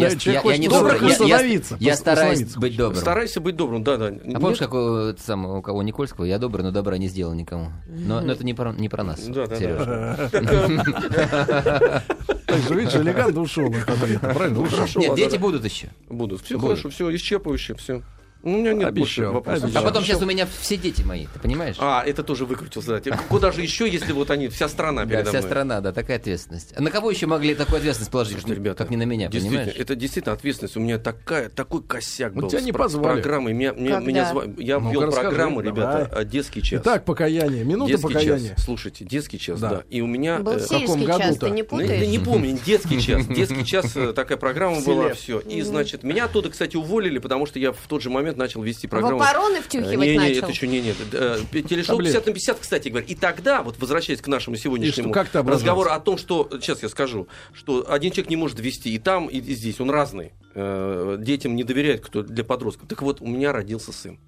[SPEAKER 3] Я-
[SPEAKER 1] Человек
[SPEAKER 3] я-
[SPEAKER 1] хочет
[SPEAKER 3] я не
[SPEAKER 1] добрых
[SPEAKER 3] добрый, я- я-
[SPEAKER 1] восстановиться,
[SPEAKER 3] Я
[SPEAKER 1] пос-
[SPEAKER 3] стараюсь
[SPEAKER 1] восстановиться.
[SPEAKER 3] быть добрым.
[SPEAKER 4] Старайся быть добрым, да-да.
[SPEAKER 3] А помнишь, как у, это самое, у кого Никольского? Я добрый, но добра не сделал никому. Но, но это не про, не про нас,
[SPEAKER 4] Да, да, да.
[SPEAKER 3] Сережа.
[SPEAKER 1] Так же, видишь, элегант ушел. от ответа, Правильно, ушел.
[SPEAKER 4] Хорошо,
[SPEAKER 3] Нет,
[SPEAKER 4] ладно,
[SPEAKER 3] дети
[SPEAKER 4] да.
[SPEAKER 3] будут еще.
[SPEAKER 4] Будут. Все
[SPEAKER 3] Будут.
[SPEAKER 4] хорошо, все, исчерпывающе, все. Ну, у меня нет
[SPEAKER 1] Обещал,
[SPEAKER 4] больше вопросов.
[SPEAKER 1] обещал.
[SPEAKER 3] А потом сейчас у меня все дети мои, ты понимаешь?
[SPEAKER 4] А, это тоже выкрутился. да. Типа, Куда же еще, если вот они, вся страна
[SPEAKER 3] Да,
[SPEAKER 4] передо
[SPEAKER 3] вся
[SPEAKER 4] мной.
[SPEAKER 3] страна, да, такая ответственность. А на кого еще могли такую ответственность положить?
[SPEAKER 4] Слушайте, ребята,
[SPEAKER 3] как не на меня,
[SPEAKER 4] действительно,
[SPEAKER 3] понимаешь?
[SPEAKER 4] Это действительно ответственность. У меня такая, такой косяк
[SPEAKER 1] Ну,
[SPEAKER 4] был.
[SPEAKER 1] тебя не
[SPEAKER 4] с про-
[SPEAKER 1] позвали.
[SPEAKER 4] Программы. Меня, меня,
[SPEAKER 2] Когда?
[SPEAKER 4] меня зва- Я
[SPEAKER 1] Ну-ка,
[SPEAKER 4] ввел
[SPEAKER 1] расскажи,
[SPEAKER 4] программу,
[SPEAKER 1] давай.
[SPEAKER 4] ребята, а, детский час.
[SPEAKER 1] Итак, покаяние. Минута
[SPEAKER 4] детский час.
[SPEAKER 1] покаяния.
[SPEAKER 4] Слушайте, детский час,
[SPEAKER 1] Да.
[SPEAKER 4] да. И у меня...
[SPEAKER 2] Был
[SPEAKER 4] э,
[SPEAKER 1] каком
[SPEAKER 2] сельский час,
[SPEAKER 1] году-то?
[SPEAKER 2] ты не
[SPEAKER 4] ну, я
[SPEAKER 2] путаешь?
[SPEAKER 4] не помню, детский час. Детский час э, такая программа
[SPEAKER 1] В
[SPEAKER 4] была,
[SPEAKER 1] селе.
[SPEAKER 4] все. И значит, меня оттуда, кстати, уволили, потому что я в тот же момент начал вести
[SPEAKER 2] В
[SPEAKER 4] программу.
[SPEAKER 2] опороны
[SPEAKER 4] Э,
[SPEAKER 2] втюхивать
[SPEAKER 4] Не, не,
[SPEAKER 2] начал.
[SPEAKER 4] это еще не, нет. Э, Телешоу
[SPEAKER 1] Таблетки.
[SPEAKER 4] 50 на 50, кстати говоря. И тогда, вот возвращаясь к нашему сегодняшнему
[SPEAKER 1] как ты образовался?
[SPEAKER 4] разговору о том, что, сейчас я скажу, что один человек не может вести и там, и и здесь. Он разный. Э, Детям не доверяют кто для подростков. Так вот, у меня родился сын.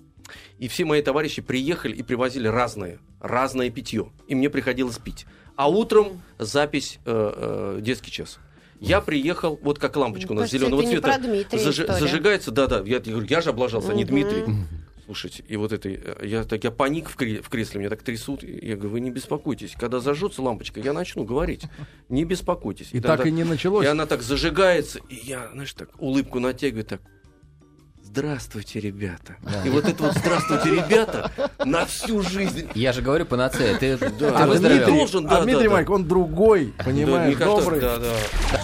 [SPEAKER 4] И все мои товарищи приехали и привозили разное, разное питье. И мне приходилось пить. А утром запись э, э, детский час. Я приехал, вот как лампочка у нас
[SPEAKER 2] Кажется,
[SPEAKER 4] зеленого
[SPEAKER 2] это не
[SPEAKER 4] цвета.
[SPEAKER 2] про Дмитрия
[SPEAKER 4] зажи-
[SPEAKER 2] история.
[SPEAKER 4] зажигается, да-да. Я, я говорю, я же облажался, а не
[SPEAKER 2] Мгм.
[SPEAKER 4] Дмитрий. Слушайте, и вот это, э, я, так, я паник в, кре- в кресле, меня так трясут. И Я говорю, вы не беспокойтесь. Когда зажжется лампочка, я начну говорить. Не беспокойтесь.
[SPEAKER 1] И
[SPEAKER 4] тогда-
[SPEAKER 1] так и не началось. А
[SPEAKER 4] и она так зажигается, и я, знаешь, так улыбку натягиваю, так. Здравствуйте, ребята. И вот это вот здравствуйте, ребята, на всю жизнь.
[SPEAKER 3] Я же говорю панацея, ты,
[SPEAKER 4] Да.
[SPEAKER 3] ты
[SPEAKER 1] А
[SPEAKER 4] Ты
[SPEAKER 3] выздоровел.
[SPEAKER 1] Дмитрий,
[SPEAKER 4] должен,
[SPEAKER 1] а
[SPEAKER 4] да, да,
[SPEAKER 1] Дмитрий
[SPEAKER 4] да.
[SPEAKER 1] Малик, он другой, понимаешь,
[SPEAKER 4] Да, мне кажется,
[SPEAKER 1] добрый.
[SPEAKER 4] Да, да.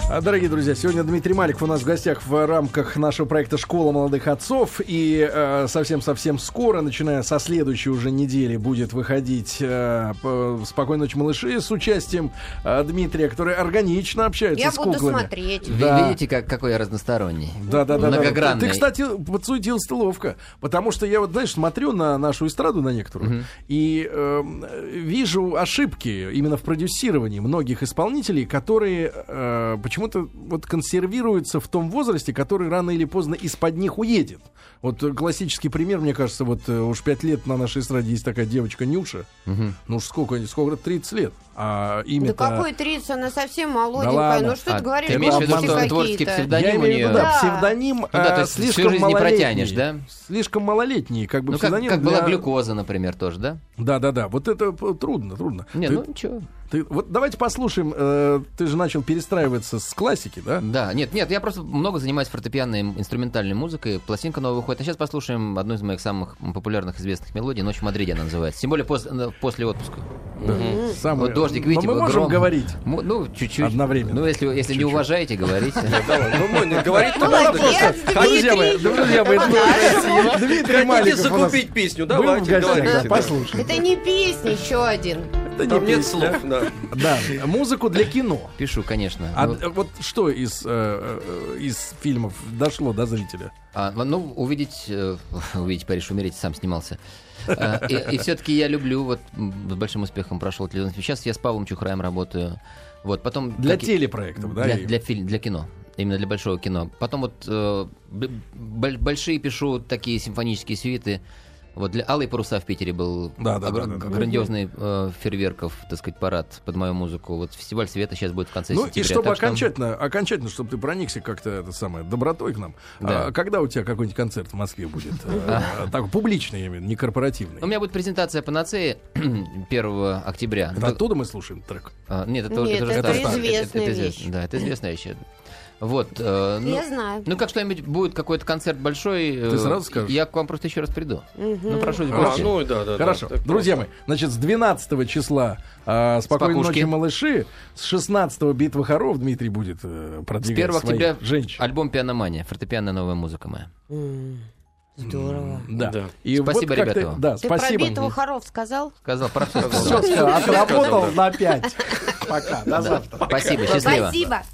[SPEAKER 1] А, Дорогие друзья, сегодня Дмитрий Малик у нас в гостях в рамках нашего проекта «Школа молодых отцов». И э, совсем-совсем скоро, начиная со следующей уже недели, будет выходить э, п- «Спокойной ночи, малыши» с участием э, Дмитрия, который органично общается
[SPEAKER 2] Я
[SPEAKER 1] с
[SPEAKER 2] буду
[SPEAKER 1] куклами.
[SPEAKER 2] смотреть.
[SPEAKER 3] Ви-
[SPEAKER 1] Да.
[SPEAKER 3] Видите, как, какой я разносторонний.
[SPEAKER 1] Да, да, да.
[SPEAKER 3] Многогранный.
[SPEAKER 1] Ты, кстати, подсуетился ты ловко. Потому что я вот, знаешь, смотрю на нашу эстраду на некоторую и эм, вижу ошибки именно в продюсировании многих исполнителей, которые э, почему-то вот консервируются в том возрасте, который рано или поздно из-под них уедет. Вот э, классический пример, мне кажется, вот э, уж пять лет на нашей эстраде есть такая девочка Нюша.
[SPEAKER 3] Мгм.
[SPEAKER 1] Ну уж сколько, сколько 30 лет. А имя
[SPEAKER 2] Да какой 30, она совсем
[SPEAKER 1] Да
[SPEAKER 2] молоденькая.
[SPEAKER 1] ладно.
[SPEAKER 2] ну что
[SPEAKER 3] А,
[SPEAKER 2] ты говоришь,
[SPEAKER 3] ты имеешь в виду,
[SPEAKER 2] глупости
[SPEAKER 3] что творческий
[SPEAKER 2] какие-то.
[SPEAKER 3] псевдоним
[SPEAKER 1] я
[SPEAKER 3] у
[SPEAKER 1] имею в
[SPEAKER 3] нее?
[SPEAKER 1] виду, да,
[SPEAKER 2] Да.
[SPEAKER 1] псевдоним
[SPEAKER 3] да, то
[SPEAKER 1] э,
[SPEAKER 3] есть всю
[SPEAKER 1] слишком
[SPEAKER 3] жизнь не
[SPEAKER 1] малолетний.
[SPEAKER 3] протянешь, да?
[SPEAKER 1] Слишком малолетний, как бы
[SPEAKER 3] Ну, как,
[SPEAKER 1] псевдоним
[SPEAKER 3] как была
[SPEAKER 1] для-
[SPEAKER 3] глюкоза, например, тоже, да?
[SPEAKER 1] Да, да, да. Вот это п- трудно, трудно.
[SPEAKER 3] Не,
[SPEAKER 1] ты,
[SPEAKER 3] ну ничего.
[SPEAKER 1] ты- вот давайте послушаем. э, ты же начал перестраиваться с классики, да?
[SPEAKER 3] Да, нет, нет, я просто много занимаюсь фортепианной м- инструментальной музыкой. Пластинка новая выходит. А сейчас послушаем одну из моих самых популярных известных мелодий. Ночь в Мадриде она называется. Тем более пос- э, после отпуска.
[SPEAKER 1] Самый-
[SPEAKER 3] Вот дождик,
[SPEAKER 1] Но э,
[SPEAKER 3] видите,
[SPEAKER 1] мы
[SPEAKER 3] вот
[SPEAKER 1] можем
[SPEAKER 3] гром.
[SPEAKER 1] говорить.
[SPEAKER 3] М- Ну, чуть-чуть.
[SPEAKER 1] Одновременно.
[SPEAKER 3] Ну, если, если не уважаете, говорите.
[SPEAKER 4] Ну, мой, ну, говорить-то
[SPEAKER 2] Молодец,
[SPEAKER 4] надо.
[SPEAKER 2] Дмитрий.
[SPEAKER 1] Друзья мои, друзья мои, Дмитрий
[SPEAKER 4] Хотите
[SPEAKER 1] Маликов у нас
[SPEAKER 4] закупить песню?
[SPEAKER 1] был в
[SPEAKER 4] Давайте,
[SPEAKER 1] гостях, да,
[SPEAKER 4] говорите.
[SPEAKER 1] Послушай.
[SPEAKER 2] Это не песня, еще один.
[SPEAKER 1] Это
[SPEAKER 4] Там
[SPEAKER 1] не
[SPEAKER 4] нет
[SPEAKER 1] песня.
[SPEAKER 4] слов, да.
[SPEAKER 1] Да, музыку для кино.
[SPEAKER 3] Пишу, конечно.
[SPEAKER 1] А
[SPEAKER 3] Ну,
[SPEAKER 1] э, вот что из, э, э, из фильмов дошло до зрителя?
[SPEAKER 3] А, ну, увидеть, э, увидеть Париж, умереть, сам снимался. А, и, все-таки я люблю, вот м, с большим успехом прошел телевизор. Сейчас я с Павлом Чухраем работаю. Вот, потом...
[SPEAKER 1] Для
[SPEAKER 3] какие-
[SPEAKER 1] телепроектов, да?
[SPEAKER 3] для,
[SPEAKER 1] и-
[SPEAKER 3] для, фильм, для кино. Именно для большого кино. Потом вот э, б- б- большие пишу такие симфонические сюиты. Вот для Алые паруса в Питере был
[SPEAKER 1] Да, да, да, да, да.
[SPEAKER 3] грандиозный э, фейерверков, так сказать, парад под мою музыку. Вот фестиваль света сейчас будет в конце
[SPEAKER 1] Ну
[SPEAKER 3] сентября.
[SPEAKER 1] и чтобы
[SPEAKER 3] Так что-
[SPEAKER 1] окончательно, окончательно, чтобы ты проникся как-то это самое добротой к нам.
[SPEAKER 3] Да.
[SPEAKER 1] а когда у тебя какой-нибудь концерт в Москве будет, Э, так публичный, я имею в виду, не корпоративный?
[SPEAKER 3] У меня будет презентация панацеи 1 октября.
[SPEAKER 1] Это оттуда мы слушаем трек.
[SPEAKER 3] А, нет, это,
[SPEAKER 2] Нет,
[SPEAKER 3] уже
[SPEAKER 2] это
[SPEAKER 3] старое.
[SPEAKER 2] известная
[SPEAKER 3] известно,
[SPEAKER 2] вещь.
[SPEAKER 3] Да, это известная вещь. Вот. э, ну,
[SPEAKER 2] Я знаю.
[SPEAKER 3] ну, как что-нибудь будет, какой-то концерт большой. э,
[SPEAKER 1] Ты сразу скажешь?
[SPEAKER 3] Я к вам просто еще раз приду.
[SPEAKER 2] Мгм.
[SPEAKER 3] Ну, прошу,
[SPEAKER 4] А,
[SPEAKER 3] гости.
[SPEAKER 4] ну, да, да, да.
[SPEAKER 1] Хорошо.
[SPEAKER 4] Так
[SPEAKER 1] Друзья
[SPEAKER 4] просто.
[SPEAKER 1] мои, значит, с 12 числа э, «Спокойной
[SPEAKER 3] Спокушки.
[SPEAKER 1] ночи, малыши», с 16 «Битва хоров» Дмитрий будет э,
[SPEAKER 3] С
[SPEAKER 1] продвигать
[SPEAKER 3] 1
[SPEAKER 1] свои
[SPEAKER 3] октября
[SPEAKER 1] женщин.
[SPEAKER 3] альбом «Пианомания», фортепианная новая музыка моя.
[SPEAKER 2] Здорово.
[SPEAKER 1] Да.
[SPEAKER 4] Да.
[SPEAKER 1] И вот
[SPEAKER 3] Спасибо,
[SPEAKER 1] как-то-
[SPEAKER 3] ребята.
[SPEAKER 1] Да,
[SPEAKER 2] Ты
[SPEAKER 1] спасибо.
[SPEAKER 2] про битву хоров сказал?
[SPEAKER 3] Сказал, про всё сказал.
[SPEAKER 1] Все,
[SPEAKER 4] Всё
[SPEAKER 1] отработал
[SPEAKER 4] сказал,
[SPEAKER 1] на 5. Пока. До завтра.
[SPEAKER 3] Спасибо, счастливо.
[SPEAKER 2] Спасибо.